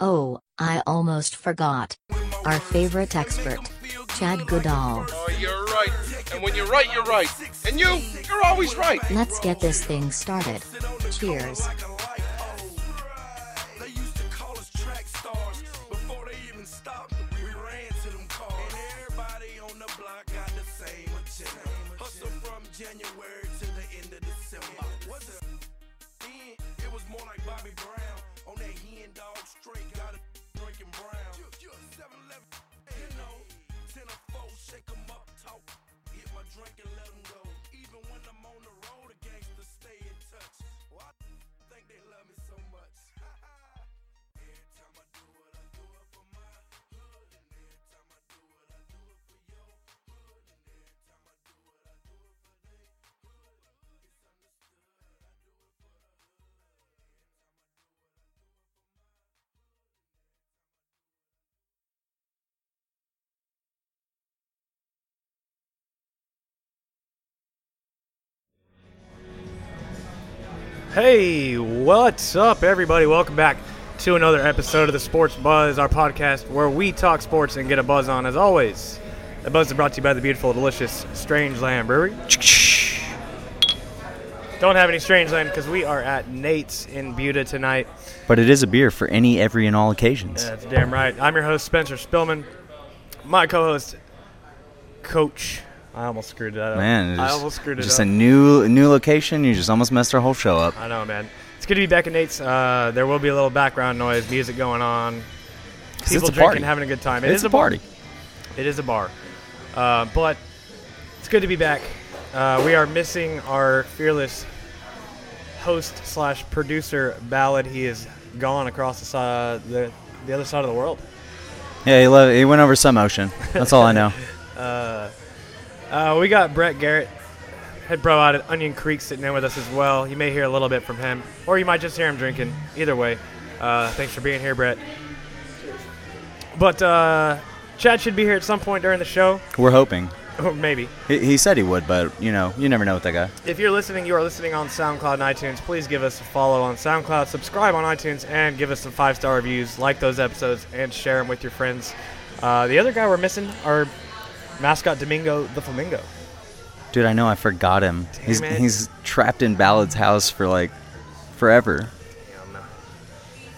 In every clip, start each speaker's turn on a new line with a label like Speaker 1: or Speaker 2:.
Speaker 1: Oh, I almost forgot. Our favorite expert, Chad Goodall.
Speaker 2: Oh, you're right. And when you're right, you're right. And you, you're always right.
Speaker 1: Let's get this thing started. Cheers.
Speaker 3: They used to call us track stars before they even stopped. We ran to them cars. And everybody on the block got the same agenda. Hustle from January to the end of December. Wasn't then, it was more like Bobby Brown on that hen dog straight. Got a drinking brown. You, you a 7-Eleven, you know. 10 or 4, shake 'em up, talk. Hit my drink and let 'em go. Even when I'm on the road, the gangsters stay in touch. Well, I think they love me so much. Every time I do it, I do it for my hood. And every time I do it, I do it for your hood. And every time I do it, I do it for they hood. It's understood. I do it for the hood.
Speaker 4: Hey, what's up, everybody? Welcome back to another episode of the Sports Buzz, our podcast where we talk sports and get a buzz on. As always, the buzz is brought to you by the beautiful, delicious Strange Land Brewery. Don't have any Strange Land because we are at Nate's in Buda tonight.
Speaker 5: But it is a beer for any, every, and all occasions.
Speaker 4: That's damn right. I'm your host, Spencer Spillman. My co-host, Coach. I almost screwed that up.
Speaker 5: Man,
Speaker 4: I
Speaker 5: just,
Speaker 4: almost screwed it
Speaker 5: just
Speaker 4: up.
Speaker 5: a new new location. You just almost messed our whole show up.
Speaker 4: I know, man. It's good to be back at Nate's. Uh, there will be a little background noise, music going on,
Speaker 5: 'Cause
Speaker 4: people
Speaker 5: it's a
Speaker 4: drinking,
Speaker 5: party.
Speaker 4: having a good time. It
Speaker 5: it's
Speaker 4: is
Speaker 5: a party.
Speaker 4: It is a bar. Uh, but it's good to be back. Uh, we are missing our fearless host slash producer, Ballad. He is gone across the side, the, the other side of the world.
Speaker 5: Yeah, he, lo- he went over some ocean. That's all I know.
Speaker 4: Uh, we got Brett Garrett, head bro out at Onion Creek, sitting in with us as well. You may hear a little bit from him, or you might just hear him drinking. Either way, uh, thanks for being here, Brett. But uh, Chad should be here at some point during the show,
Speaker 5: We're hoping.
Speaker 4: or maybe.
Speaker 5: He, he said he would, but you know, you never know with that guy.
Speaker 4: If you're listening, you are listening on SoundCloud and iTunes. Please give us a follow on SoundCloud, subscribe on iTunes, and give us some five star reviews. Like those episodes and share them with your friends. Uh, the other guy we're missing, our mascot Domingo the Flamingo.
Speaker 5: Dude, I know I forgot him. he's
Speaker 4: it.
Speaker 5: he's trapped in Ballard's house for like forever.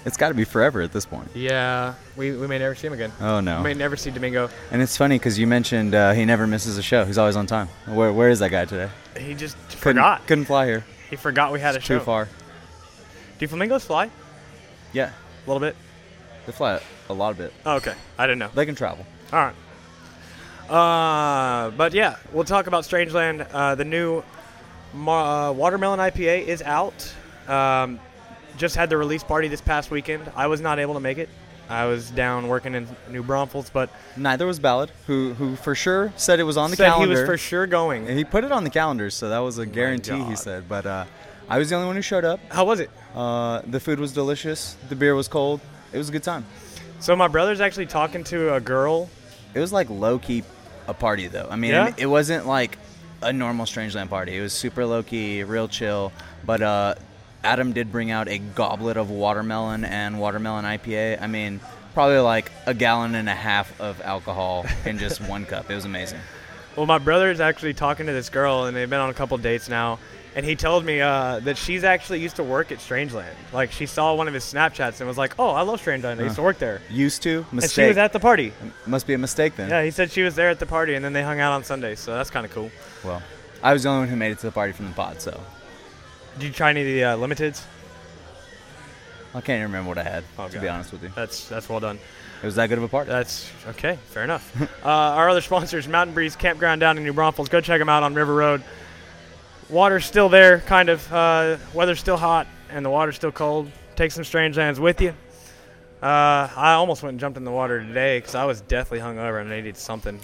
Speaker 5: It's got to be forever at this point.
Speaker 4: Yeah, we, we may never see him again.
Speaker 5: Oh, no.
Speaker 4: We may never see Domingo.
Speaker 5: And it's funny because you mentioned uh, he never misses a show. He's always on time. Where where is that guy today?
Speaker 4: He just
Speaker 5: Couldn't,
Speaker 4: forgot.
Speaker 5: Couldn't fly here.
Speaker 4: He forgot we had a
Speaker 5: It's
Speaker 4: show.
Speaker 5: too far.
Speaker 4: Do flamingos fly?
Speaker 5: Yeah,
Speaker 4: A little bit.
Speaker 5: they fly a lot of it.
Speaker 4: Oh, okay, I didn't know.
Speaker 5: They can travel.
Speaker 4: All right. Uh, but yeah, we'll talk about Strangeland. Uh, the new ma- uh, watermelon IPA is out. Um, just had the release party this past weekend. I was not able to make it. I was down working in New Braunfels, but
Speaker 5: Neither was Ballard, who who for sure said it was on the
Speaker 4: said
Speaker 5: calendar.
Speaker 4: he was for sure going.
Speaker 5: He put it on the calendar, so that was a guarantee. He
Speaker 4: God.
Speaker 5: said, but uh, I was the only one who showed up.
Speaker 4: How was it?
Speaker 5: Uh, the food was delicious. The beer was cold. It was a good time.
Speaker 4: So my brother's actually talking to a girl.
Speaker 5: It was like low key a party though. I mean,
Speaker 4: Yeah?
Speaker 5: it wasn't like a normal Strangeland party. It was super low key, real chill. But uh, Adam did bring out a goblet of watermelon and watermelon IPA. I mean, probably like a gallon and a half of alcohol in just one cup. It was amazing.
Speaker 4: Well, my brother's actually talking to this girl, and they've been on a couple dates now. and he told me uh, that she's actually used to work at Strangeland. Like she saw one of his Snapchats and was like, "Oh, I love Strangeland. I used
Speaker 5: Uh-huh.
Speaker 4: to work there."
Speaker 5: Used to
Speaker 4: And she
Speaker 5: mistake.
Speaker 4: was at the party.
Speaker 5: Must be a mistake then.
Speaker 4: Yeah, he said she was there at the party, and then they hung out on Sunday. So that's kind of cool.
Speaker 5: Well, I was the only one who made it to the party from the pod, so
Speaker 4: Did you try any of the uh, limiteds?
Speaker 5: I can't even remember what I had.
Speaker 4: Oh,
Speaker 5: to be
Speaker 4: God.
Speaker 5: honest with you,
Speaker 4: That's that's well done.
Speaker 5: it was that good of a party.
Speaker 4: That's okay. Fair enough. uh, our other sponsors, Mountain Breeze Campground down in New Braunfels. Go check them out on River Road. Water's still there, kind of. Uh, weather's still hot, and the water's still cold. Take some strange lands with you. Uh, I almost went and jumped in the water today because I was deathly hungover and I needed something.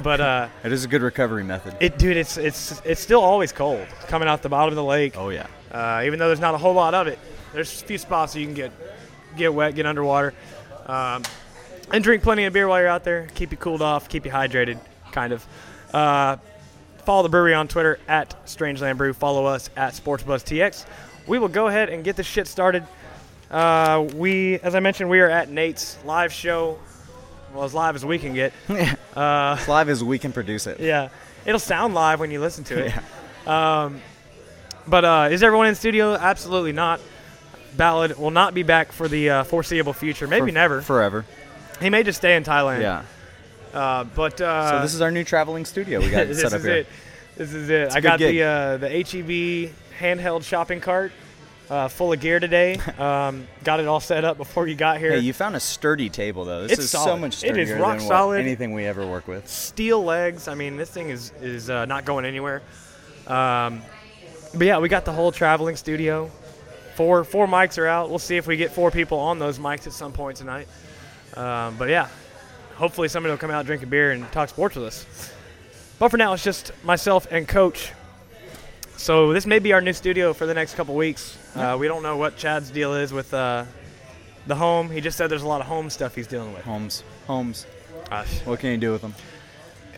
Speaker 4: but uh,
Speaker 5: It is a good recovery method.
Speaker 4: it, dude, it's it's it's still always cold coming out the bottom of the lake.
Speaker 5: oh yeah.
Speaker 4: Uh, even though there's not a whole lot of it, there's a few spots that you can get get wet, get underwater, um, and drink plenty of beer while you're out there. Keep you cooled off, keep you hydrated, kind of. Uh, follow the brewery on Twitter at Strangeland Brew. Follow us at SportsBuzzTX. We will go ahead and get this shit started. Uh, we, as I mentioned, we are at Nate's live show. Well, as live as we can get.
Speaker 5: It's live as we can produce it.
Speaker 4: Yeah, it'll sound live when you listen to it. Um, but uh, is everyone in studio? Absolutely not. Ballad will not be back for the uh, foreseeable future. Maybe
Speaker 5: For-
Speaker 4: never.
Speaker 5: Forever.
Speaker 4: he may just stay in Thailand.
Speaker 5: Yeah.
Speaker 4: Uh, but uh,
Speaker 5: So this is our new traveling studio we got
Speaker 4: this
Speaker 5: set up
Speaker 4: is
Speaker 5: here.
Speaker 4: it. This is it. I
Speaker 5: a good
Speaker 4: got
Speaker 5: gig.
Speaker 4: the uh, the HEB handheld shopping cart uh, full of gear today. um, got it all set up before you got here.
Speaker 5: Hey, you found a sturdy table though. This
Speaker 4: It's
Speaker 5: is so
Speaker 4: solid.
Speaker 5: much
Speaker 4: It
Speaker 5: sturdier
Speaker 4: is rock
Speaker 5: than what-
Speaker 4: solid.
Speaker 5: anything we ever work with.
Speaker 4: steel legs. I mean, this thing is is uh, not going anywhere. Um, but yeah, we got the whole traveling studio. Four four mics are out. We'll see if we get four people on those mics at some point tonight. Um, but yeah, hopefully somebody will come out, drink a beer, and talk sports with us. But for now, it's just myself and Coach. So this may be our new studio for the next couple weeks. Uh, we don't know what Chad's deal is with uh, the home. He just said there's a lot of home stuff he's dealing with.
Speaker 5: Holmes. Holmes.
Speaker 4: Uh,
Speaker 5: What can you do with them?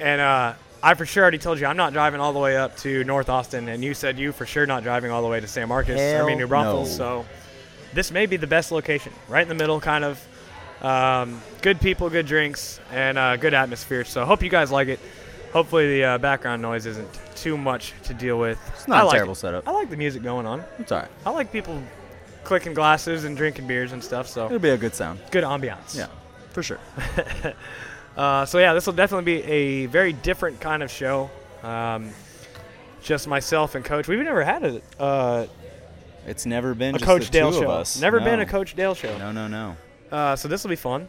Speaker 4: and uh, I for sure already told you I'm not driving all the way up to North Austin, and you said you for sure not driving all the way to San Marcos. I
Speaker 5: Hell
Speaker 4: mean New Braunfels.
Speaker 5: no.
Speaker 4: So this may be the best location, right in the middle, kind of. Um, good people, good drinks, and uh, good atmosphere. So hope you guys like it. Hopefully the uh, background noise isn't too much to deal with. It's
Speaker 5: not
Speaker 4: I
Speaker 5: a
Speaker 4: like
Speaker 5: terrible
Speaker 4: it.
Speaker 5: setup.
Speaker 4: I like the music going on.
Speaker 5: It's all right.
Speaker 4: I like people clicking glasses and drinking beers and stuff. So
Speaker 5: It'll be a good sound.
Speaker 4: good ambiance.
Speaker 5: Yeah. For sure.
Speaker 4: Uh, so yeah, this will definitely be a very different kind of show. Um, just myself and Coach. We've never had a, uh,
Speaker 5: It's never been
Speaker 4: a
Speaker 5: just
Speaker 4: Coach
Speaker 5: the
Speaker 4: Dale
Speaker 5: two
Speaker 4: show.
Speaker 5: of us.
Speaker 4: Never
Speaker 5: No.
Speaker 4: been a Coach Dale show.
Speaker 5: No, no, no.
Speaker 4: Uh, so this will be fun.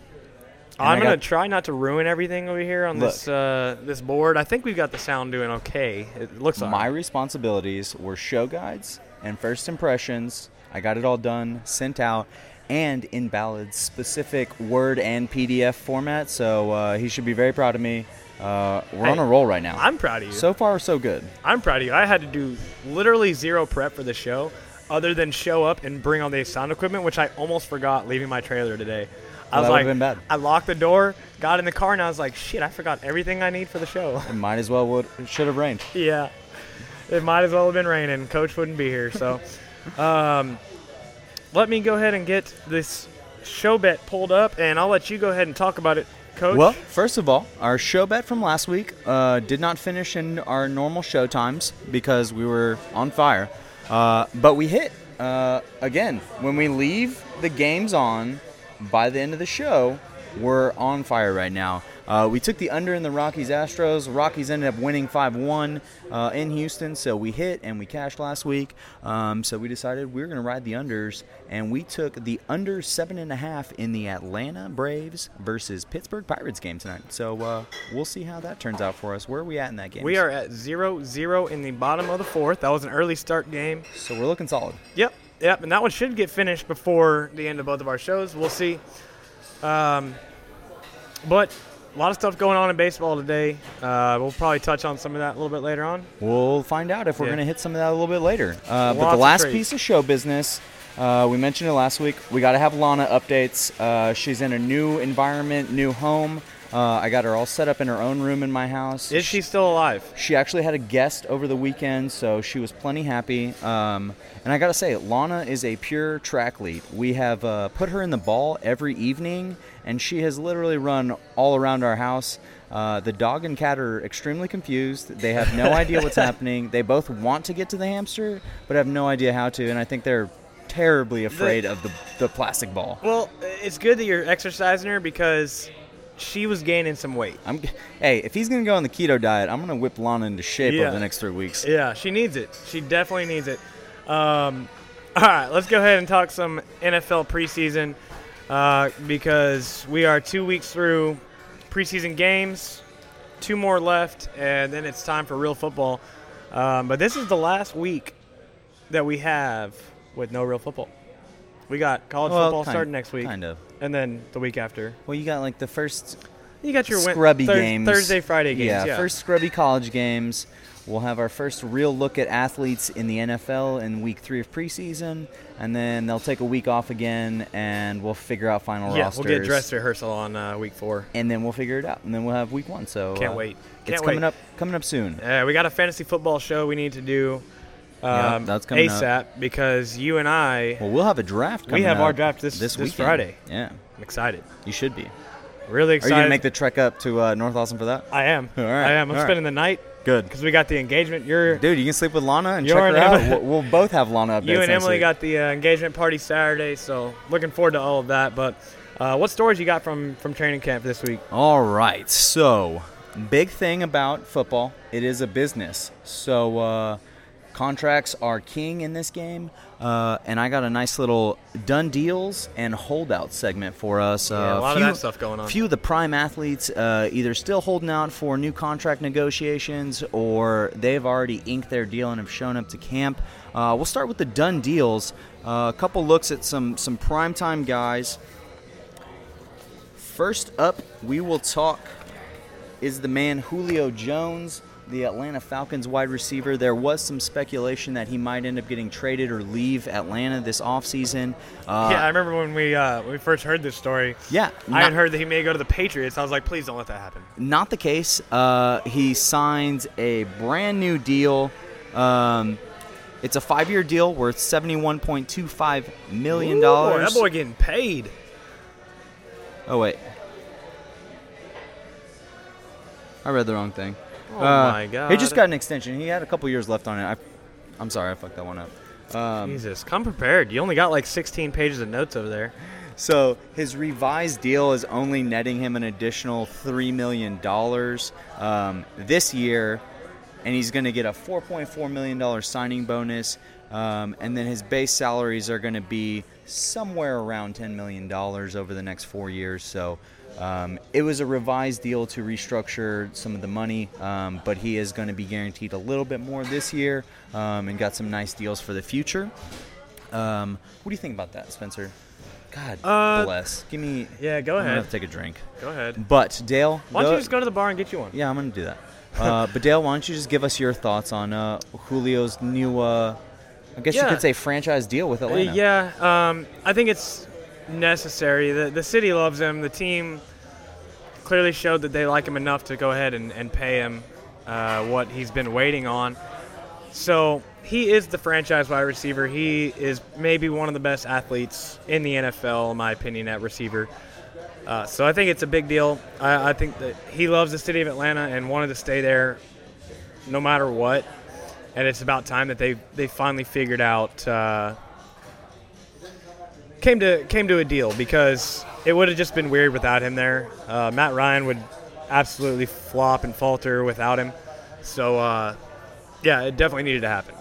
Speaker 5: And
Speaker 4: I'm
Speaker 5: I
Speaker 4: gonna
Speaker 5: got-
Speaker 4: try not to ruin everything over here on this
Speaker 5: Look.
Speaker 4: uh, this board. I think we've got the sound doing okay. It looks
Speaker 5: My
Speaker 4: like
Speaker 5: responsibilities were show guides and first impressions. I got it all done, sent out, and in Ballad's specific Word and PDF format. So uh, he should be very proud of me. Uh, we're on
Speaker 4: Hey,
Speaker 5: a roll right now.
Speaker 4: I'm proud of you.
Speaker 5: So far, so good.
Speaker 4: I'm proud of you. I had to do literally zero prep for the show, other than show up and bring all the sound equipment, which I almost forgot leaving my trailer today. I
Speaker 5: Well,
Speaker 4: was
Speaker 5: that
Speaker 4: like,
Speaker 5: would've been bad.
Speaker 4: I locked the door, got in the car, and I was like, shit, I forgot everything I need for the show.
Speaker 5: It might as well would should have rained.
Speaker 4: yeah, it might as well have been raining. Coach wouldn't be here, so um, let me go ahead and get this show bet pulled up, and I'll let you go ahead and talk about it, Coach.
Speaker 5: Well, first of all, our show bet from last week uh, did not finish in our normal show times because we were on fire. Uh, but we hit uh, again. When we leave the games on by the end of the show, we're on fire right now. Uh, we took the under in the Rockies Astros. Rockies ended up winning 5 1 uh, in Houston, so we hit and we cashed last week. Um, so we decided we were going to ride the unders, and we took the under 7.5 in the Atlanta Braves versus Pittsburgh Pirates game tonight. So uh, we'll see how that turns out for us. Where are we at in that game?
Speaker 4: we are at 0 0 in the bottom of the fourth. That was an early start game.
Speaker 5: So we're looking solid.
Speaker 4: Yep, yep, and that one should get finished before the end of both of our shows. We'll see. Um, but a lot of stuff going on in baseball today. Uh, we'll probably touch on some of that a little bit later on.
Speaker 5: We'll find out if we're
Speaker 4: Yeah.
Speaker 5: going to hit some of that a little bit later. Uh,
Speaker 4: Lots
Speaker 5: but the
Speaker 4: of
Speaker 5: last
Speaker 4: trades.
Speaker 5: piece of show business, uh, we mentioned it last week. We got to have Lana updates. Uh, she's in a new environment, new home. Uh, I got her all set up in her own room in my house.
Speaker 4: Is she still alive?
Speaker 5: She actually had a guest over the weekend, so she was plenty happy. Um, and I gotta say, Lana is a pure track lead. We have uh, put her in the ball every evening, and she has literally run all around our house. Uh, the dog and cat are extremely confused. They have no idea what's happening. They both want to get to the hamster, but have no idea how to. And I think they're terribly afraid of the, the plastic ball.
Speaker 4: Well, it's good that you're exercising her because she was gaining some weight.
Speaker 5: I'm, g- hey, if he's gonna go on the keto diet, I'm gonna whip Lana into shape
Speaker 4: Yeah.
Speaker 5: over the next three weeks.
Speaker 4: Yeah, she needs it. She definitely needs it. Um, all right, let's go ahead and talk some NFL preseason uh, because we are two weeks through preseason games, two more left, and then it's time for real football. Um, but this is the last week that we have with no real football. We got college
Speaker 5: Well,
Speaker 4: football
Speaker 5: kind-
Speaker 4: starting next week,
Speaker 5: kind of.
Speaker 4: and then the week after.
Speaker 5: Well, you got like the first
Speaker 4: You got your win-
Speaker 5: scrubby
Speaker 4: Thurs-
Speaker 5: games.
Speaker 4: Thursday, Friday games. Yeah,
Speaker 5: first scrubby college games. We'll have our first real look at athletes in the NFL in week three of preseason, and then they'll take a week off again, and we'll figure out final
Speaker 4: yeah,
Speaker 5: rosters.
Speaker 4: we'll get dress rehearsal on uh, week four.
Speaker 5: and then we'll figure it out, and then we'll have week one. So
Speaker 4: Can't
Speaker 5: uh,
Speaker 4: wait.
Speaker 5: it's
Speaker 4: Can't
Speaker 5: coming
Speaker 4: wait.
Speaker 5: up, coming up soon.
Speaker 4: Uh, we got a fantasy football show we need to do um,
Speaker 5: that's coming up.
Speaker 4: ASAP because you and I,
Speaker 5: Well, we'll have a draft.
Speaker 4: We
Speaker 5: Coming
Speaker 4: have our
Speaker 5: up
Speaker 4: draft this-
Speaker 5: this,
Speaker 4: this
Speaker 5: weekend.
Speaker 4: Friday.
Speaker 5: Yeah,
Speaker 4: I'm excited,
Speaker 5: you should be.
Speaker 4: really
Speaker 5: Are
Speaker 4: excited.
Speaker 5: you gonna make the trek up to uh, North Austin for that?
Speaker 4: I am.
Speaker 5: All right,
Speaker 4: I am. I'm
Speaker 5: all right.
Speaker 4: spending the night
Speaker 5: Good,
Speaker 4: because we got the engagement. You're
Speaker 5: dude. You can sleep with Lana and
Speaker 4: You
Speaker 5: check
Speaker 4: and
Speaker 5: her out.
Speaker 4: Emily-
Speaker 5: We'll, we'll both have Lana up
Speaker 4: you and Emily got the uh, engagement party Saturday, so looking forward to all of that. But uh, what stories you got from from training camp this week?
Speaker 5: All right. So, big thing about football, it is a business. So, uh, contracts are king in this game. Uh, and I got a nice little done deals and holdout segment for us.
Speaker 4: Yeah, a
Speaker 5: uh,
Speaker 4: lot of that stuff going on.
Speaker 5: Few of the prime athletes uh, either still holding out for new contract negotiations or they've already inked their deal and have shown up to camp. Uh, we'll start with the done deals. Uh, a couple looks at some some primetime guys. First up, we will talk is the man Julio Jones, the Atlanta Falcons wide receiver. There was some speculation that he might end up getting traded or leave Atlanta this offseason. Uh,
Speaker 4: yeah, I remember when we uh, when we first heard this story.
Speaker 5: Yeah,
Speaker 4: I had
Speaker 5: not-
Speaker 4: heard that he may go to the Patriots. I was like, please don't let that happen.
Speaker 5: Not the case. Uh, he signs a brand new deal. Um, it's a five year deal worth $71.25 million.
Speaker 4: Ooh, that boy getting paid.
Speaker 5: Oh wait. I read the wrong thing. Uh,
Speaker 4: Oh my God.
Speaker 5: He just got an extension. He had a couple years left on it. I, I'm sorry, I fucked that one up. Um,
Speaker 4: Jesus, come prepared. You only got like 16 pages of notes over there.
Speaker 5: So his revised deal is only netting him an additional three million dollars um, this year, and he's going to get a 4.4 million dollar signing bonus, um, and then his base salaries are going to be somewhere around 10 million dollars over the next four years. So. Um, it was a revised deal to restructure some of the money, um, but he is going to be guaranteed a little bit more this year um, and got some nice deals for the future. Um, what do you think about that, Spencer? God
Speaker 4: Uh,
Speaker 5: bless. Give me.
Speaker 4: yeah, go
Speaker 5: I'm gonna
Speaker 4: ahead.
Speaker 5: have to take a drink.
Speaker 4: Go ahead.
Speaker 5: But Dale,
Speaker 4: Why don't
Speaker 5: tho-
Speaker 4: you just go to the bar and get you one?
Speaker 5: yeah, I'm gonna do that. Uh, but Dale, why don't you just give us your thoughts on uh, Julio's new? Uh, I guess
Speaker 4: Yeah.
Speaker 5: you could say franchise deal with
Speaker 4: Uh,
Speaker 5: Atlanta.
Speaker 4: Yeah, um, I think it's necessary. The, the city loves him. The team clearly showed that they like him enough to go ahead and, and pay him uh, what he's been waiting on. So he is the franchise wide receiver. He is maybe one of the best athletes in the NFL, in my opinion, at receiver. Uh, so I think it's a big deal. I, I think that he loves the city of Atlanta and wanted to stay there no matter what. And it's about time that they, they finally figured out uh, came to came to a deal because it would have just been weird without him there. Uh, Matt Ryan would absolutely flop and falter without him. So uh, yeah, it definitely needed to happen.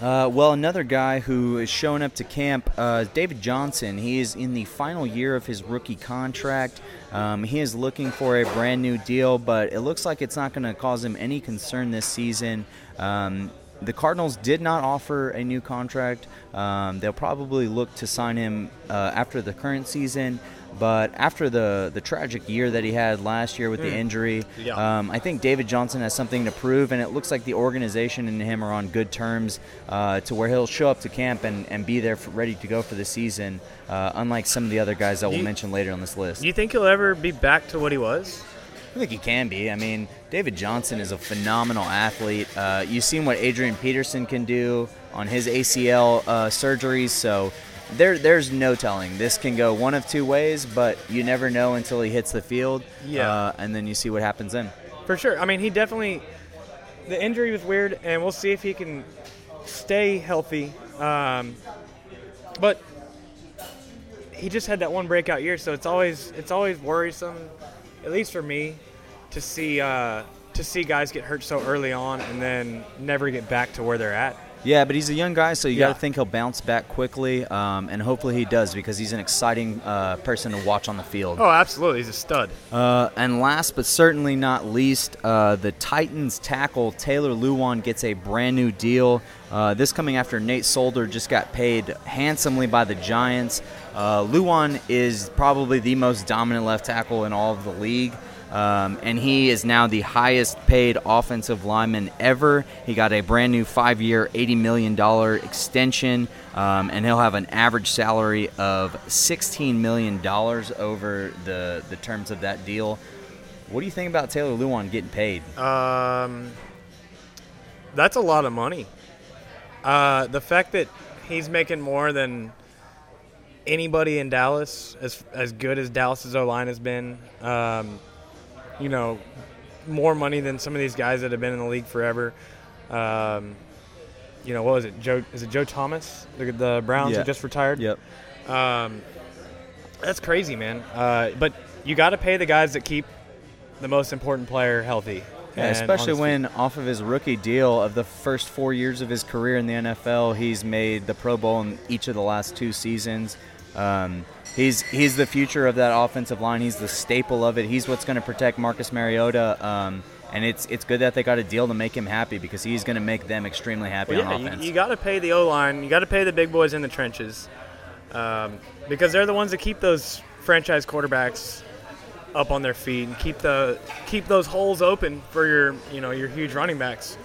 Speaker 5: Uh, well, another guy who is showing up to camp, uh, David Johnson. He is in the final year of his rookie contract. Um, he is looking for a brand new deal, but it looks like it's not going to cause him any concern this season. Um, the Cardinals did not offer a new contract. Um, they'll probably look to sign him uh, after the current season. But after the, the tragic year that he had last year with the injury,
Speaker 4: Yeah.
Speaker 5: um, I think David Johnson has something to prove, and it looks like the organization and him are on good terms uh, to where he'll show up to camp and, and be there for, ready to go for the season, uh, unlike some of the other guys that we'll
Speaker 4: You-
Speaker 5: mention later on this list.
Speaker 4: Do you think he'll ever be back to what he was?
Speaker 5: I think he can be. I mean, David Johnson is a phenomenal athlete. Uh, you've seen what Adrian Peterson can do on his ACL uh, surgeries, so there, there's no telling. This can go one of two ways, but you never know until he hits the field.
Speaker 4: Yeah.
Speaker 5: uh, and then you see what happens then.
Speaker 4: For sure. I mean, he definitely. The injury was weird, and we'll see if he can stay healthy. Um, but he just had that one breakout year, so it's always it's always worrisome, at least for me, to see uh, to see guys get hurt so early on and then never get back to where they're at.
Speaker 5: Yeah, but he's a young guy, so you
Speaker 4: Yeah.
Speaker 5: got to think he'll bounce back quickly, um, and hopefully he does because he's an exciting uh, person to watch on the field.
Speaker 4: Oh, absolutely, he's a stud.
Speaker 5: Uh, and last but certainly not least, uh, the Titans tackle Taylor Luwan gets a brand new deal. Uh, this coming after Nate Solder just got paid handsomely by the Giants. Uh, Luwan is probably the most dominant left tackle in all of the league. Um, and he is now the highest paid offensive lineman ever. He got a brand new five year, $80 million extension, um, and he'll have an average salary of $16 million over the, the terms of that deal. What do you think about Taylor Luan getting paid?
Speaker 4: Um, that's a lot of money. Uh, the fact that he's making more than anybody in Dallas, as as good as Dallas's O line has been, um, you know, more money than some of these guys that have been in the league forever. Um, you know, what was it? Joe is it Joe Thomas, the, the Browns
Speaker 5: Yeah.
Speaker 4: who just retired? That's crazy, man. Uh, but you got to pay the guys that keep the most important player healthy.
Speaker 5: Yeah,
Speaker 4: and
Speaker 5: especially
Speaker 4: on his feet.
Speaker 5: when off of his rookie deal of the first four years of his career in the NFL, he's made the Pro Bowl in each of the last two seasons. Um, he's he's the future of that offensive line. He's the staple of it. He's what's going to protect Marcus Mariota. Um, and it's it's good that they got a deal to make him happy because he's going to make them extremely happy
Speaker 4: Well,
Speaker 5: on
Speaker 4: yeah,
Speaker 5: offense.
Speaker 4: you, you got to pay the O line. You got to pay the big boys in the trenches, um, because they're the ones that keep those franchise quarterbacks up on their feet and keep the keep those holes open for your you know your huge running backs.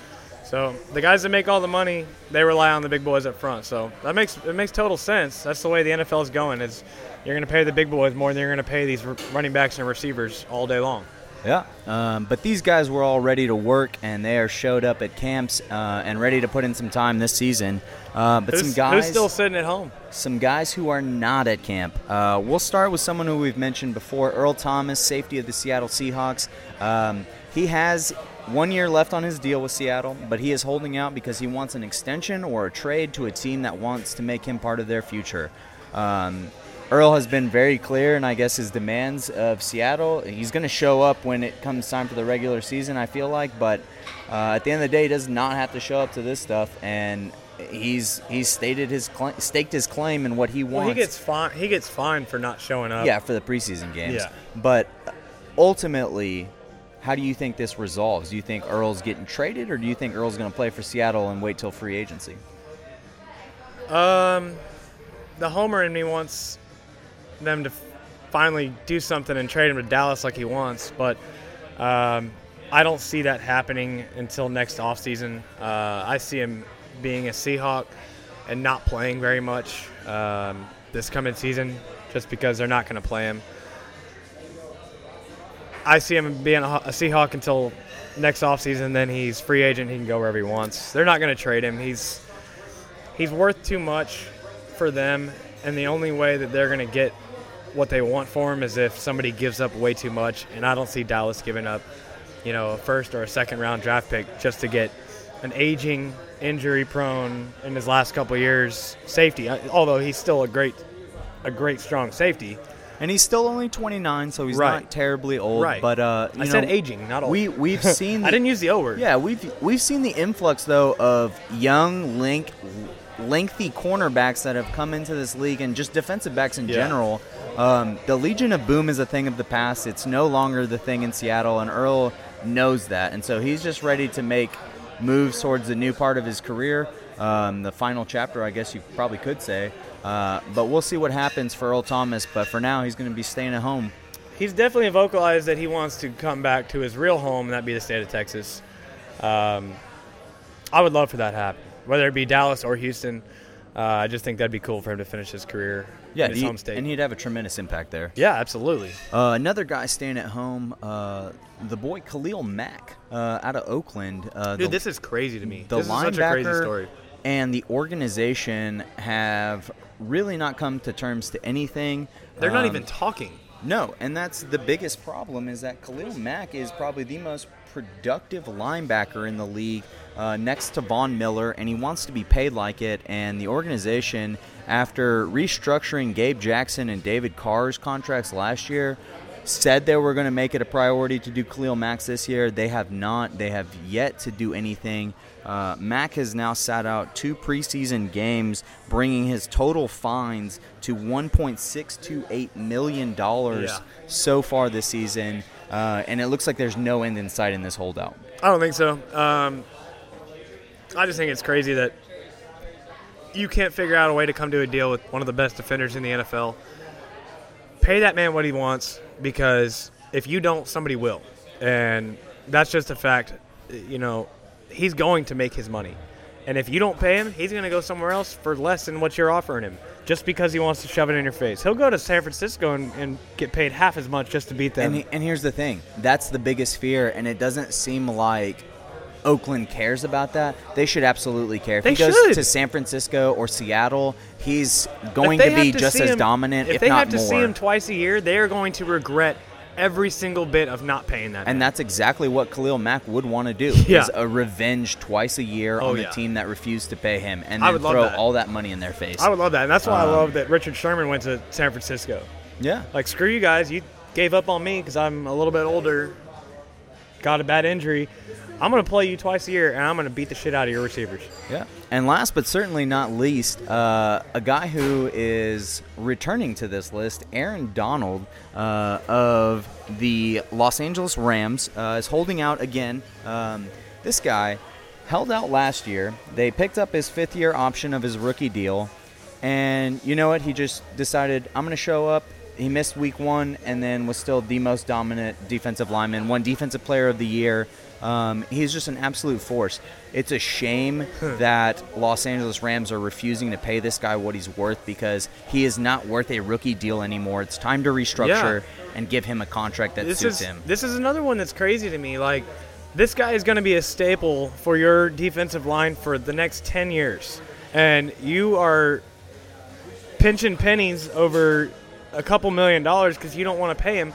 Speaker 4: So the guys that make all the money, they rely on the big boys up front. So that makes it makes total sense. That's the way the NFL is going. Is you're going to pay the big boys more than you're going to pay these r- running backs and receivers all day long.
Speaker 5: Yeah, um, but these guys were all ready to work, and they are showed up at camps uh, and ready to put in some time this season. Uh, but some
Speaker 4: Who's-
Speaker 5: guys
Speaker 4: who's still sitting at home?
Speaker 5: some guys who are not at camp. Uh, we'll start with someone who we've mentioned before, Earl Thomas, safety of the Seattle Seahawks. Um, he has one year left on his deal with Seattle, but he is holding out because he wants an extension or a trade to a team that wants to make him part of their future. Um, Earl has been very clear, and I guess his demands of Seattle. He's going to show up when it comes time for the regular season, I feel like, but uh, at the end of the day, he does not have to show up to this stuff. And he's he's stated his cla staked his claim and what he wants.
Speaker 4: Well, he gets fined. He gets fined for not showing up.
Speaker 5: yeah for the preseason games.
Speaker 4: Yeah.
Speaker 5: But uh, ultimately, how do you think this resolves? Do you think Earl's getting traded, or do you think Earl's going to play for Seattle and wait till free agency?
Speaker 4: Um, the homer in me wants them to finally do something and trade him to Dallas like he wants, but um, I don't see that happening until next offseason. Uh, I see him being a Seahawk and not playing very much um, this coming season just because they're not going to play him. I see him being a, a Seahawk until next offseason, then he's free agent. He can go wherever he wants. They're not going to trade him. He's he's worth too much for them, and the only way that they're going to get what they want for him is if somebody gives up way too much. And I don't see Dallas giving up, you know, a first or a second round draft pick just to get an aging, injury prone in his last couple years safety. I- Although he's still a great, a great strong safety.
Speaker 5: And he's still only 29, so he's
Speaker 4: Right.
Speaker 5: not terribly old.
Speaker 4: Right.
Speaker 5: But uh, you
Speaker 4: I said
Speaker 5: know,
Speaker 4: aging, not old.
Speaker 5: We we've seen.
Speaker 4: I didn't use the O word.
Speaker 5: Yeah, we've we've seen the influx though of young, link, lengthy cornerbacks that have come into this league, and just defensive backs in
Speaker 4: Yeah.
Speaker 5: general. Um, the Legion of Boom is a thing of the past. It's no longer the thing in Seattle, and Earl knows that, and so he's just ready to make moves towards the new part of his career, um, the final chapter, I guess you probably could say. Uh, but we'll see what happens for Earl Thomas. But for now, he's going to be staying at home.
Speaker 4: He's definitely vocalized that he wants to come back to his real home, and that be the state of Texas. Um, I would love for that to happen, whether it be Dallas or Houston. Uh, I just think that'd be cool for him to finish his career
Speaker 5: Yeah,
Speaker 4: in his
Speaker 5: he-
Speaker 4: home state.
Speaker 5: and he'd have a tremendous impact there.
Speaker 4: yeah, absolutely.
Speaker 5: Uh, another guy staying at home, uh, the boy Khalil Mack uh, out of Oakland. Uh,
Speaker 4: Dude,
Speaker 5: the-
Speaker 4: this is crazy to me.
Speaker 5: the
Speaker 4: this is
Speaker 5: linebacker
Speaker 4: such a crazy story.
Speaker 5: and the organization have really not come to terms to anything.
Speaker 4: They're not
Speaker 5: Um,
Speaker 4: even talking.
Speaker 5: no, and that's the biggest problem is that Khalil Mack is probably the most productive linebacker in the league, uh, next to Von Miller, and he wants to be paid like it. And the organization, after restructuring Gabe Jackson and David Carr's contracts last year, said they were going to make it a priority to do Khalil Max this year. They have not. They have yet to do anything. Uh, Mack has now sat out two preseason games, bringing his total fines to 1.628 million dollars
Speaker 4: Yeah.
Speaker 5: so far this season, uh, and it looks like there's no end in sight in this holdout.
Speaker 4: I don't think so. Um, I just think it's crazy that you can't figure out a way to come to a deal with one of the best defenders in the NFL. Pay that man what he wants because if you don't, somebody will. And that's just a fact. You know, he's going to make his money. And if you don't pay him, he's going to go somewhere else for less than what you're offering him just because he wants to shove it in your face. He'll go to San Francisco and, and get paid half as much just to beat them.
Speaker 5: And, he- and here's the thing that's the biggest fear, and it doesn't seem like Oakland cares about that. They should absolutely care. If
Speaker 4: They
Speaker 5: he goes
Speaker 4: should.
Speaker 5: to San Francisco or Seattle, he's going
Speaker 4: If
Speaker 5: to
Speaker 4: they
Speaker 5: be
Speaker 4: have to
Speaker 5: just
Speaker 4: see
Speaker 5: as
Speaker 4: him-
Speaker 5: dominant, if,
Speaker 4: they
Speaker 5: not
Speaker 4: have to
Speaker 5: more.
Speaker 4: see him twice a year, they are going to regret every single bit of not paying that. man.
Speaker 5: and that's exactly what Khalil Mack would want to do
Speaker 4: Yeah.
Speaker 5: is a revenge twice a year
Speaker 4: Oh,
Speaker 5: on the
Speaker 4: yeah.
Speaker 5: team that refused to pay him and
Speaker 4: I
Speaker 5: then
Speaker 4: would love
Speaker 5: throw
Speaker 4: that.
Speaker 5: all that money in their face.
Speaker 4: I would love that, and that's why I
Speaker 5: Um,
Speaker 4: love that Richard Sherman went to San Francisco.
Speaker 5: yeah.
Speaker 4: Like, screw you guys, you gave up on me because I'm a little bit older, got a bad injury. I'm going to play you twice a year, and I'm going to beat the shit out of your receivers.
Speaker 5: Yeah. And last but certainly not least, uh, a guy who is returning to this list, Aaron Donald uh, of the Los Angeles Rams, uh, is holding out again. Um, this guy held out last year. They picked up his fifth year option of his rookie deal. And you know what? He just decided, I'm going to show up. He missed week one and then was still the most dominant defensive lineman, one defensive player of the year. Um, he's just an absolute force. It's a shame that Los Angeles Rams are refusing to pay this guy what he's worth because he is not worth a rookie deal anymore. It's time to restructure and give him a contract that
Speaker 4: This
Speaker 5: suits
Speaker 4: is
Speaker 5: him.
Speaker 4: this is another one that's crazy to me. Like, this guy is going to be a staple for your defensive line for the next ten years, and you are pinching pennies over a couple million dollars because you don't want to pay him.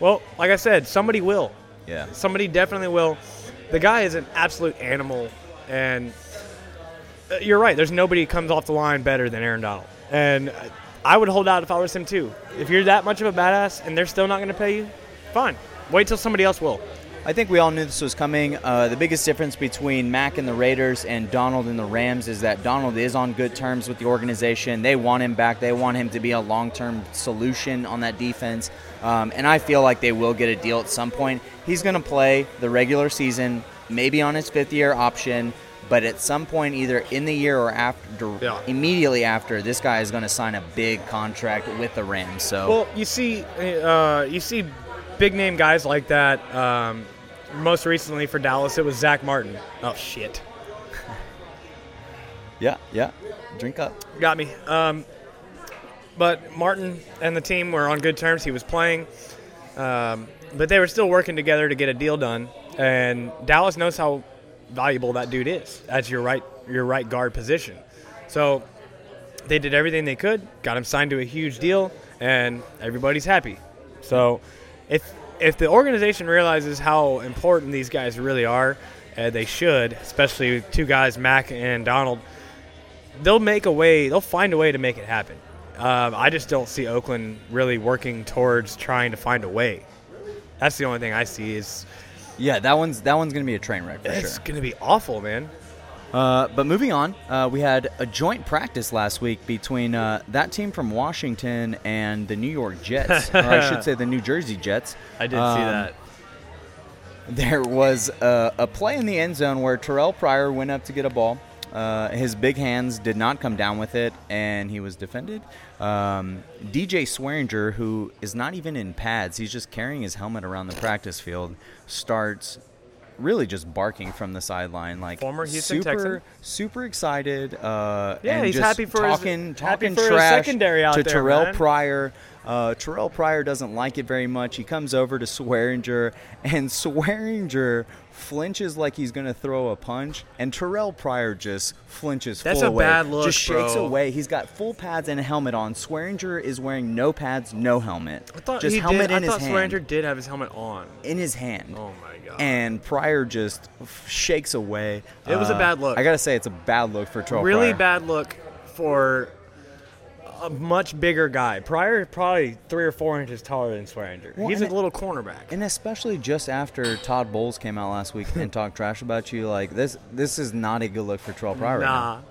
Speaker 4: Well, like I said, somebody will.
Speaker 5: Yeah.
Speaker 4: Somebody definitely will. The guy is an absolute animal, and uh, you're right. There's nobody who comes off the line better than Aaron Donald, and I would hold out if I was him too. If you're that much of a badass and they're still not going to pay you, fine. Wait till somebody else will.
Speaker 5: I think we all knew this was coming. Uh, the biggest difference between Mack and the Raiders and Donald and the Rams is that Donald is on good terms with the organization. They want him back. They want him to be a long-term solution on that defense. Um, and I feel like they will get a deal at some point. He's going to play the regular season, maybe on his fifth-year option. But at some point, either in the year or after,
Speaker 4: Yeah.
Speaker 5: immediately after, this guy is going to sign a big contract with the Rams. So
Speaker 4: Well, you see, uh, you see, big name guys like that. Um, most recently for Dallas, it was Zach Martin. Oh shit.
Speaker 5: yeah, yeah, drink up.
Speaker 4: Got me. Um, but Martin and the team were on good terms. He was playing, um, but they were still working together to get a deal done. And Dallas knows how valuable that dude is as your right your right guard position. So they did everything they could, got him signed to a huge deal, and everybody's happy. So if if the organization realizes how important these guys really are, uh, they should, especially with two guys, Mac and Donald they'll make a way. They'll find a way to make it happen. Um, I just don't see Oakland really working towards trying to find a way. That's the only thing I see is
Speaker 5: Yeah, that one's that one's going to be a train wreck for sure.
Speaker 4: it's gonna be awful, man.
Speaker 5: Uh, but moving on, uh, we had a joint practice last week between uh, that team from Washington and the New York Jets, or I should say the New Jersey Jets. Um, there was a, a play in the end zone where Terrell Pryor went up to get a ball. Uh, his big hands did not come down with it, and he was defended. Um, DJ Swearinger, who is not even in pads, he's just carrying his helmet around the practice field, starts really just barking from the sideline, like
Speaker 4: Former Houston
Speaker 5: super,
Speaker 4: Texan.
Speaker 5: super excited. Uh,
Speaker 4: Yeah,
Speaker 5: and
Speaker 4: he's
Speaker 5: just
Speaker 4: happy for his-
Speaker 5: talking,
Speaker 4: happy
Speaker 5: talking
Speaker 4: for his
Speaker 5: trash
Speaker 4: secondary out
Speaker 5: to
Speaker 4: there,
Speaker 5: Terrell
Speaker 4: man.
Speaker 5: Pryor. Uh, Terrell Pryor doesn't like it very much. He comes over to Swearinger, and Swearinger flinches like he's going to throw a punch, and Terrell Pryor just flinches
Speaker 4: That's
Speaker 5: full
Speaker 4: a
Speaker 5: away.
Speaker 4: bad look,
Speaker 5: just shakes
Speaker 4: bro.
Speaker 5: away. He's got full pads and a helmet on. Swearinger is wearing no pads, no helmet.
Speaker 4: I thought
Speaker 5: just
Speaker 4: he
Speaker 5: helmet
Speaker 4: did.
Speaker 5: in
Speaker 4: I thought
Speaker 5: his hand
Speaker 4: Swearinger did have his helmet on.
Speaker 5: in his hand.
Speaker 4: Oh my God.
Speaker 5: And Pryor just f- shakes away. Uh,
Speaker 4: It was a bad look.
Speaker 5: I gotta say, it's a bad look for Terrell.
Speaker 4: Really
Speaker 5: Pryor.
Speaker 4: bad look for a much bigger guy. Pryor is probably three or four inches taller than Swearinger.
Speaker 5: Well,
Speaker 4: He's a
Speaker 5: and it-
Speaker 4: little cornerback.
Speaker 5: And especially just after Todd Bowles came out last week and talked trash about you, like this, this is not a good look for Terrell Pryor. right now.
Speaker 4: nah. He